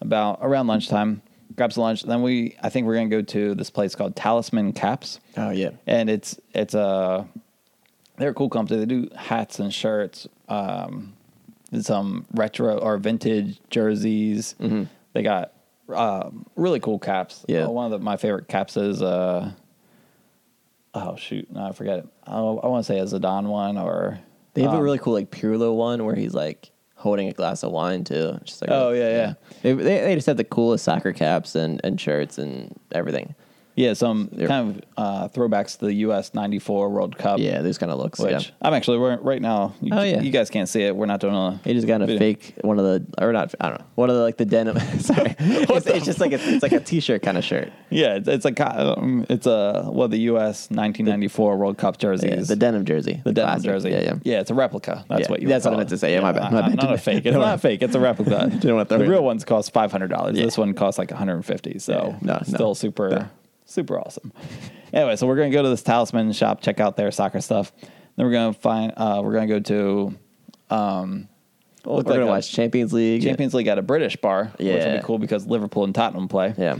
[SPEAKER 1] about around lunchtime, grab some lunch. Then we I think we're gonna go to this place called Talisman Caps.
[SPEAKER 2] Oh yeah.
[SPEAKER 1] And it's it's a they're a cool company. They do hats and shirts, um, some retro or vintage jerseys. They got uh, really cool caps.
[SPEAKER 2] Mm-hmm. Yeah.
[SPEAKER 1] Uh, one of the, my favorite caps is uh, oh shoot, no, I forget it. Oh, I want to say a Zidane one or
[SPEAKER 2] They have a really cool like Pirlo one where he's like holding a glass of wine too. It's Just like
[SPEAKER 1] Oh, yeah, yeah.
[SPEAKER 2] They, they they just have the coolest soccer caps and, and shirts and everything.
[SPEAKER 1] yeah some
[SPEAKER 2] They're-
[SPEAKER 1] kind of uh, throwbacks to the U.S. '94 World Cup.
[SPEAKER 2] Yeah, those kind of looks.
[SPEAKER 1] Which
[SPEAKER 2] yeah.
[SPEAKER 1] I'm actually wearing right now. You,
[SPEAKER 2] Oh, yeah.
[SPEAKER 1] you guys can't see it. We're not doing a.
[SPEAKER 2] He just got a
[SPEAKER 1] video.
[SPEAKER 2] fake one of the or not I don't know one of the, like the denim. Sorry, it's, it's just like a, it's like a t-shirt kind of shirt.
[SPEAKER 1] Yeah, it's, it's a co- um, it's a well the U.S. 1994 World Cup jerseys.
[SPEAKER 2] Yeah, the denim jersey.
[SPEAKER 1] The denim
[SPEAKER 2] classic.
[SPEAKER 1] jersey.
[SPEAKER 2] Yeah, yeah.
[SPEAKER 1] it's a replica. That's
[SPEAKER 2] Yeah,
[SPEAKER 1] what you.
[SPEAKER 2] that's
[SPEAKER 1] would
[SPEAKER 2] what I
[SPEAKER 1] call
[SPEAKER 2] meant
[SPEAKER 1] it.
[SPEAKER 2] to say. Yeah, my bad, my
[SPEAKER 1] not-
[SPEAKER 2] bad.
[SPEAKER 1] Not a fake. It's not a fake. It's a replica.
[SPEAKER 2] Didn't wanna throw
[SPEAKER 1] the
[SPEAKER 2] it
[SPEAKER 1] real
[SPEAKER 2] in.
[SPEAKER 1] ones cost five hundred dollars.
[SPEAKER 2] Yeah.
[SPEAKER 1] This one costs like one hundred and fifty. So
[SPEAKER 2] Yeah. No,
[SPEAKER 1] still
[SPEAKER 2] no.
[SPEAKER 1] super, super awesome. anyway, so we're gonna go to this talisman shop, check out their soccer stuff. Then we're gonna find. Uh, we're gonna go to um,
[SPEAKER 2] Well,
[SPEAKER 1] Look
[SPEAKER 2] we're
[SPEAKER 1] like
[SPEAKER 2] gonna
[SPEAKER 1] a-
[SPEAKER 2] watch Champions League.
[SPEAKER 1] Champions League at a British bar, which will
[SPEAKER 2] Yeah.
[SPEAKER 1] be cool because Liverpool and Tottenham play.
[SPEAKER 2] Yeah.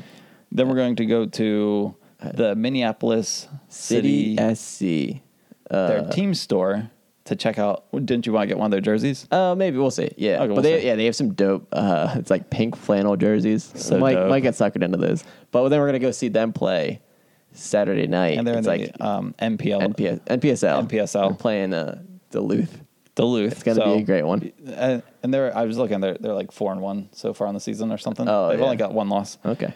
[SPEAKER 1] Then we're going to go to the Minneapolis
[SPEAKER 2] City, uh,
[SPEAKER 1] City,
[SPEAKER 2] SC.
[SPEAKER 1] their team store to check out. Didn't you want to get one of their jerseys?
[SPEAKER 2] Uh, maybe we'll see. Yeah,
[SPEAKER 1] Okay,
[SPEAKER 2] but
[SPEAKER 1] we'll
[SPEAKER 2] they
[SPEAKER 1] see.
[SPEAKER 2] yeah they have some dope. Uh, it's like pink flannel jerseys.
[SPEAKER 1] So
[SPEAKER 2] might
[SPEAKER 1] dope.
[SPEAKER 2] might get suckered into those. But then we're gonna go see them play Saturday night.
[SPEAKER 1] And they're
[SPEAKER 2] it's
[SPEAKER 1] in
[SPEAKER 2] like
[SPEAKER 1] the um, NPL
[SPEAKER 2] NPS, NPSL.
[SPEAKER 1] NPSL.
[SPEAKER 2] They're playing uh, Duluth.
[SPEAKER 1] Duluth.
[SPEAKER 2] It's gonna be a great one.
[SPEAKER 1] And, and they're I was looking they're they're like four and one so far on the season or something.
[SPEAKER 2] Oh,
[SPEAKER 1] They've
[SPEAKER 2] yeah.
[SPEAKER 1] only got one loss.
[SPEAKER 2] Okay.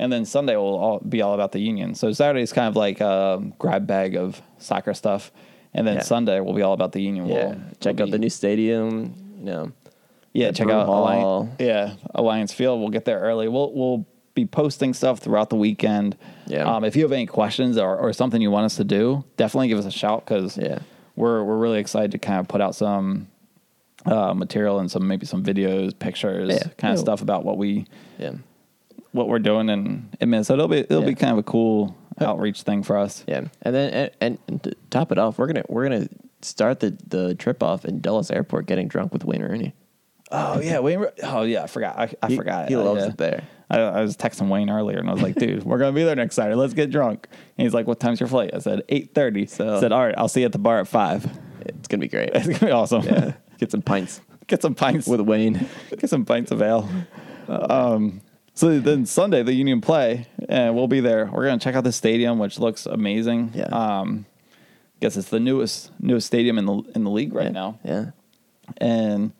[SPEAKER 1] And then Sunday will all be all about the Union. So Saturday's kind of like a grab bag of soccer stuff. And then
[SPEAKER 2] Yeah.
[SPEAKER 1] Sunday will be all about the Union
[SPEAKER 2] Yeah,
[SPEAKER 1] Wall.
[SPEAKER 2] check
[SPEAKER 1] We'll
[SPEAKER 2] out
[SPEAKER 1] be-
[SPEAKER 2] the new stadium. You know,
[SPEAKER 1] Yeah,
[SPEAKER 2] the
[SPEAKER 1] check
[SPEAKER 2] Brew
[SPEAKER 1] out
[SPEAKER 2] Hall.
[SPEAKER 1] Alliance, yeah Alliance Field. We'll get there early. We'll we'll be posting stuff throughout the weekend.
[SPEAKER 2] Yeah.
[SPEAKER 1] Um, if you have any questions or, or something you want us to do, definitely give us a shout because
[SPEAKER 2] Yeah.
[SPEAKER 1] we're we're really excited to kind of put out some uh, material and some maybe some videos, pictures,
[SPEAKER 2] Yeah.
[SPEAKER 1] kind of
[SPEAKER 2] Yeah.
[SPEAKER 1] stuff about what we
[SPEAKER 2] yeah,
[SPEAKER 1] what we're doing in in Minnesota. It'll be it'll be
[SPEAKER 2] Yeah.
[SPEAKER 1] kind of a cool outreach thing for us.
[SPEAKER 2] yeah. And then and, and to top it off, we're gonna we're gonna start the the trip off in Dulles Airport, getting drunk with Wayne Rooney.
[SPEAKER 1] Oh yeah, Wayne. Oh yeah, I forgot. I, I
[SPEAKER 2] He-
[SPEAKER 1] forgot. Uh,
[SPEAKER 2] he loves
[SPEAKER 1] Yeah.
[SPEAKER 2] it there.
[SPEAKER 1] I, I was texting Wayne earlier, and I was like, "Dude, we're gonna be there next Saturday. Let's get drunk." And he's like, "What time's your flight?" I said, 8.30.
[SPEAKER 2] So-
[SPEAKER 1] I said, "All right, I'll see you at the bar at 5.
[SPEAKER 2] It's gonna be great.
[SPEAKER 1] It's gonna be awesome.
[SPEAKER 2] yeah, get some pints
[SPEAKER 1] get some pints.
[SPEAKER 2] with Wayne.
[SPEAKER 1] get some pints of ale." Um, so then Sunday the Union play, and we'll be there. We're gonna check out the stadium, which looks amazing.
[SPEAKER 2] Yeah.
[SPEAKER 1] Um, guess it's the newest newest stadium in the in the league right
[SPEAKER 2] yeah.
[SPEAKER 1] now,
[SPEAKER 2] Yeah,
[SPEAKER 1] and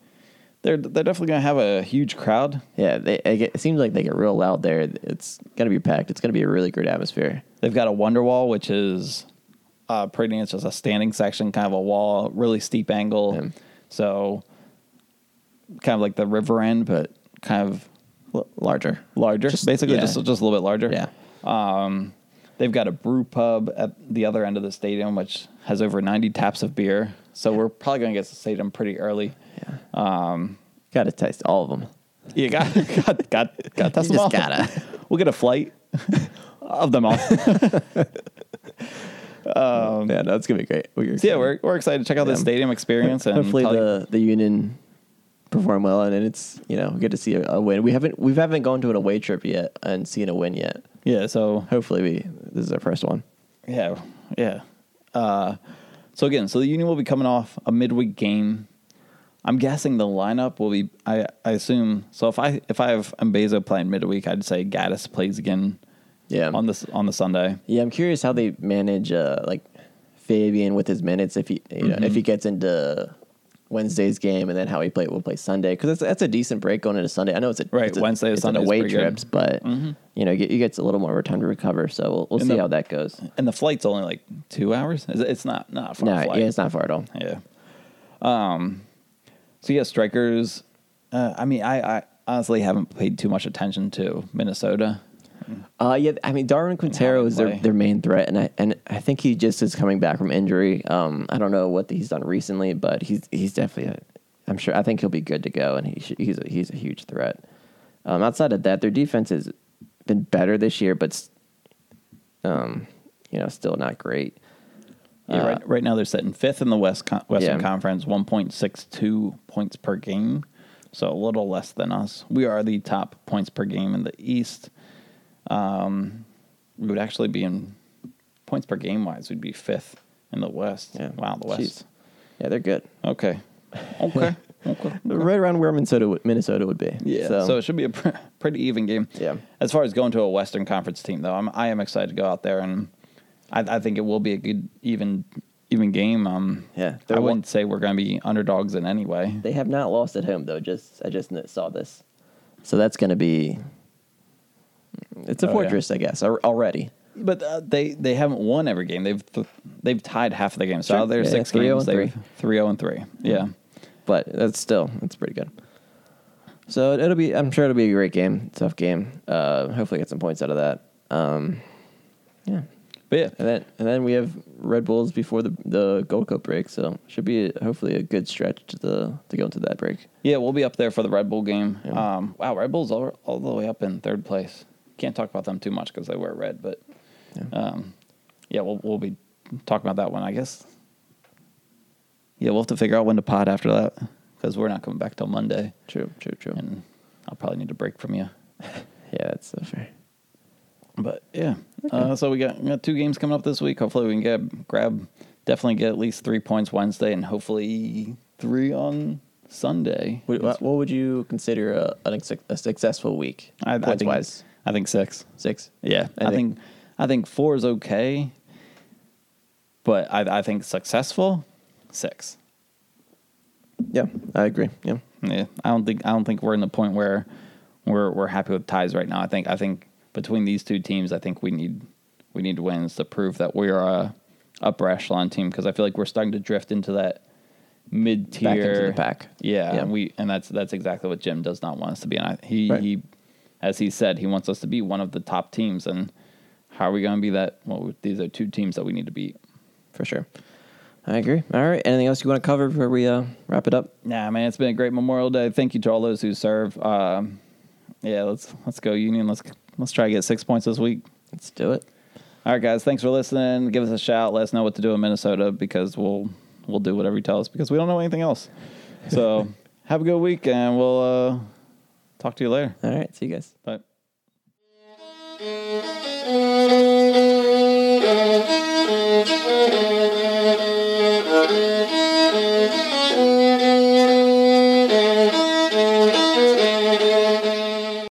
[SPEAKER 1] they're they're definitely gonna have a huge crowd.
[SPEAKER 2] yeah. They, I get- it seems like they get real loud there. It's gonna be packed. It's gonna be a really great atmosphere.
[SPEAKER 1] They've got a wonder wall, which is uh, pretty neat. It's just a standing section, kind of a wall, really steep angle.
[SPEAKER 2] Yeah.
[SPEAKER 1] So kind of like the river end, but kind of l-
[SPEAKER 2] Larger.
[SPEAKER 1] larger. basically,
[SPEAKER 2] yeah.
[SPEAKER 1] just just a little bit larger.
[SPEAKER 2] Yeah.
[SPEAKER 1] They've got a brew pub at the other end of the stadium, which has over 90 taps of beer. So we're probably going to get to the stadium pretty early.
[SPEAKER 2] Yeah. Um, gotta taste all of them.
[SPEAKER 1] You got got got got that's
[SPEAKER 2] You just
[SPEAKER 1] all.
[SPEAKER 2] gotta.
[SPEAKER 1] We'll get a flight of them all.
[SPEAKER 2] yeah, no, it's gonna be great. We're
[SPEAKER 1] yeah, we're we're excited to check out the
[SPEAKER 2] Yeah.
[SPEAKER 1] stadium experience and
[SPEAKER 2] hopefully
[SPEAKER 1] probably-
[SPEAKER 2] the, the union perform well and it's you know good to see a, a win we haven't we haven't gone to an away trip yet and seen a win yet
[SPEAKER 1] Yeah, so
[SPEAKER 2] hopefully we this is our first one
[SPEAKER 1] yeah, yeah. Uh, so again, so the Union will be coming off a midweek game. I'm guessing the lineup will be. I, I assume so. If I if I have Mbezo playing midweek, I'd say Gaddis plays again
[SPEAKER 2] yeah
[SPEAKER 1] on this on the Sunday.
[SPEAKER 2] yeah i'm curious how they manage uh like fabian with his minutes if he you know if
[SPEAKER 1] Mm-hmm.
[SPEAKER 2] he gets into wednesday's game and then how he play will play sunday because that's, that's a decent break going into sunday i know it's a
[SPEAKER 1] Right,
[SPEAKER 2] it's a,
[SPEAKER 1] Wednesday to
[SPEAKER 2] it's
[SPEAKER 1] Sunday
[SPEAKER 2] an
[SPEAKER 1] is
[SPEAKER 2] away
[SPEAKER 1] pretty good. Mm-hmm.
[SPEAKER 2] trips but you know you, you get a little more time to recover so we'll, we'll
[SPEAKER 1] And
[SPEAKER 2] see
[SPEAKER 1] the-
[SPEAKER 2] how that goes
[SPEAKER 1] And the flight's only like two hours. Is it- It's not not a far
[SPEAKER 2] no
[SPEAKER 1] flight.
[SPEAKER 2] yeah it's not far at all
[SPEAKER 1] Yeah. Um. So yeah, strikers. Uh, I mean, I, I honestly haven't paid too much attention to Minnesota.
[SPEAKER 2] Uh, yeah, I mean Darwin Quintero
[SPEAKER 1] they
[SPEAKER 2] is their,
[SPEAKER 1] play.
[SPEAKER 2] their main threat, and I and I think he just is coming back from injury. Um, I don't know what he's done recently, but he's he's definitely. A, I'm sure. I think he'll be good to go, and he should, he's a, he's a huge threat. Um, outside of that, their defense has been better this year, but s- um, you know, still not great.
[SPEAKER 1] Yeah,
[SPEAKER 2] Uh,
[SPEAKER 1] right, right now they're sitting fifth in the West Con- Western
[SPEAKER 2] Yeah.
[SPEAKER 1] Conference, one point six two points per game, so a little less than us. We are the top points per game in the East. Um, we would actually be in points per game wise. We'd be fifth in the West.
[SPEAKER 2] Yeah.
[SPEAKER 1] Wow, the West.
[SPEAKER 2] Jeez. Yeah, they're good.
[SPEAKER 1] Okay, okay, okay.
[SPEAKER 2] Right around where Minnesota would, Minnesota would be.
[SPEAKER 1] Yeah, so, it should be a pr- pretty even game.
[SPEAKER 2] Yeah.
[SPEAKER 1] As far as going to a Western Conference team, though, I'm I am excited to go out there, and I, I think it will be a good even even game. Um,
[SPEAKER 2] Yeah,
[SPEAKER 1] I
[SPEAKER 2] they're wa-
[SPEAKER 1] wouldn't say we're going to be underdogs in any way.
[SPEAKER 2] They have not lost at home though. Just I just n- saw this, so that's going to be. It's a
[SPEAKER 1] Oh, yeah.
[SPEAKER 2] fortress, I guess, al- already.
[SPEAKER 1] But uh, they they haven't won every game. They've th- they've tied half of the games. So
[SPEAKER 2] Sure.
[SPEAKER 1] out of their
[SPEAKER 2] Yeah,
[SPEAKER 1] six
[SPEAKER 2] 3-0
[SPEAKER 1] games,
[SPEAKER 2] and
[SPEAKER 1] they've
[SPEAKER 2] three.
[SPEAKER 1] three zero and three. Yeah.
[SPEAKER 2] But that's still it's pretty good. So it- it'll be. I'm sure it'll be a great game, tough game. Uh, hopefully, get some points out of that. Um, yeah,
[SPEAKER 1] But yeah,
[SPEAKER 2] and then and then we have Red Bulls before the the Gold Cup break, so should be hopefully a good stretch to the to go into that break.
[SPEAKER 1] yeah, we'll be up there for the Red Bull game.
[SPEAKER 2] Yeah.
[SPEAKER 1] Um, wow, Red Bulls all, all the way up in third place. Can't talk about them too much because they wear red, but
[SPEAKER 2] Yeah.
[SPEAKER 1] Um, yeah, we'll we'll be talking about that one, I guess. Yeah, we'll have to figure out when to pod after that because we're not coming back till Monday,
[SPEAKER 2] True, true, true.
[SPEAKER 1] and I'll probably need a break from you.
[SPEAKER 2] yeah, that's so fair.
[SPEAKER 1] But yeah, uh, so we got we got two games coming up this week. Hopefully, we can get grab definitely get at least three points Wednesday, and hopefully three on Sunday.
[SPEAKER 2] What, what, what would you consider a, an exec- a successful week?
[SPEAKER 1] I, I
[SPEAKER 2] points
[SPEAKER 1] think
[SPEAKER 2] wise,
[SPEAKER 1] I think six.
[SPEAKER 2] six.
[SPEAKER 1] Yeah, I,
[SPEAKER 2] I
[SPEAKER 1] think,
[SPEAKER 2] think-
[SPEAKER 1] I think four is okay, but I I think successful six.
[SPEAKER 2] Yeah, I agree. Yeah,
[SPEAKER 1] Yeah, I don't think I don't think we're in the point where we're we're happy with ties right now. I think I think between these two teams, I think we need we need wins to prove that we are a, upper echelon team because I feel like we're starting to drift into that mid tier
[SPEAKER 2] Back into the pack.
[SPEAKER 1] Yeah,
[SPEAKER 2] Yeah.
[SPEAKER 1] And we and that's that's exactly what Jim does not want us to be. And I, he
[SPEAKER 2] Right.
[SPEAKER 1] he, as he said, he wants us to be one of the top teams. And how are we going to be that? Well, these are two teams that we need to beat.
[SPEAKER 2] for sure. I agree. All right. Anything else you want to cover before we uh, wrap it up?
[SPEAKER 1] Nah, man, it's been a great Memorial Day. Thank you to all those who serve. Um, yeah, let's let's go Union. Let's let's try to get six points this week.
[SPEAKER 2] Let's do it.
[SPEAKER 1] All right, guys, thanks for listening. Give us a shout. Let us know what to do in Minnesota because we'll we'll do whatever you tell us because we don't know anything else. So have a good week, and we'll uh, talk to you later.
[SPEAKER 2] All right. See you guys.
[SPEAKER 1] Bye.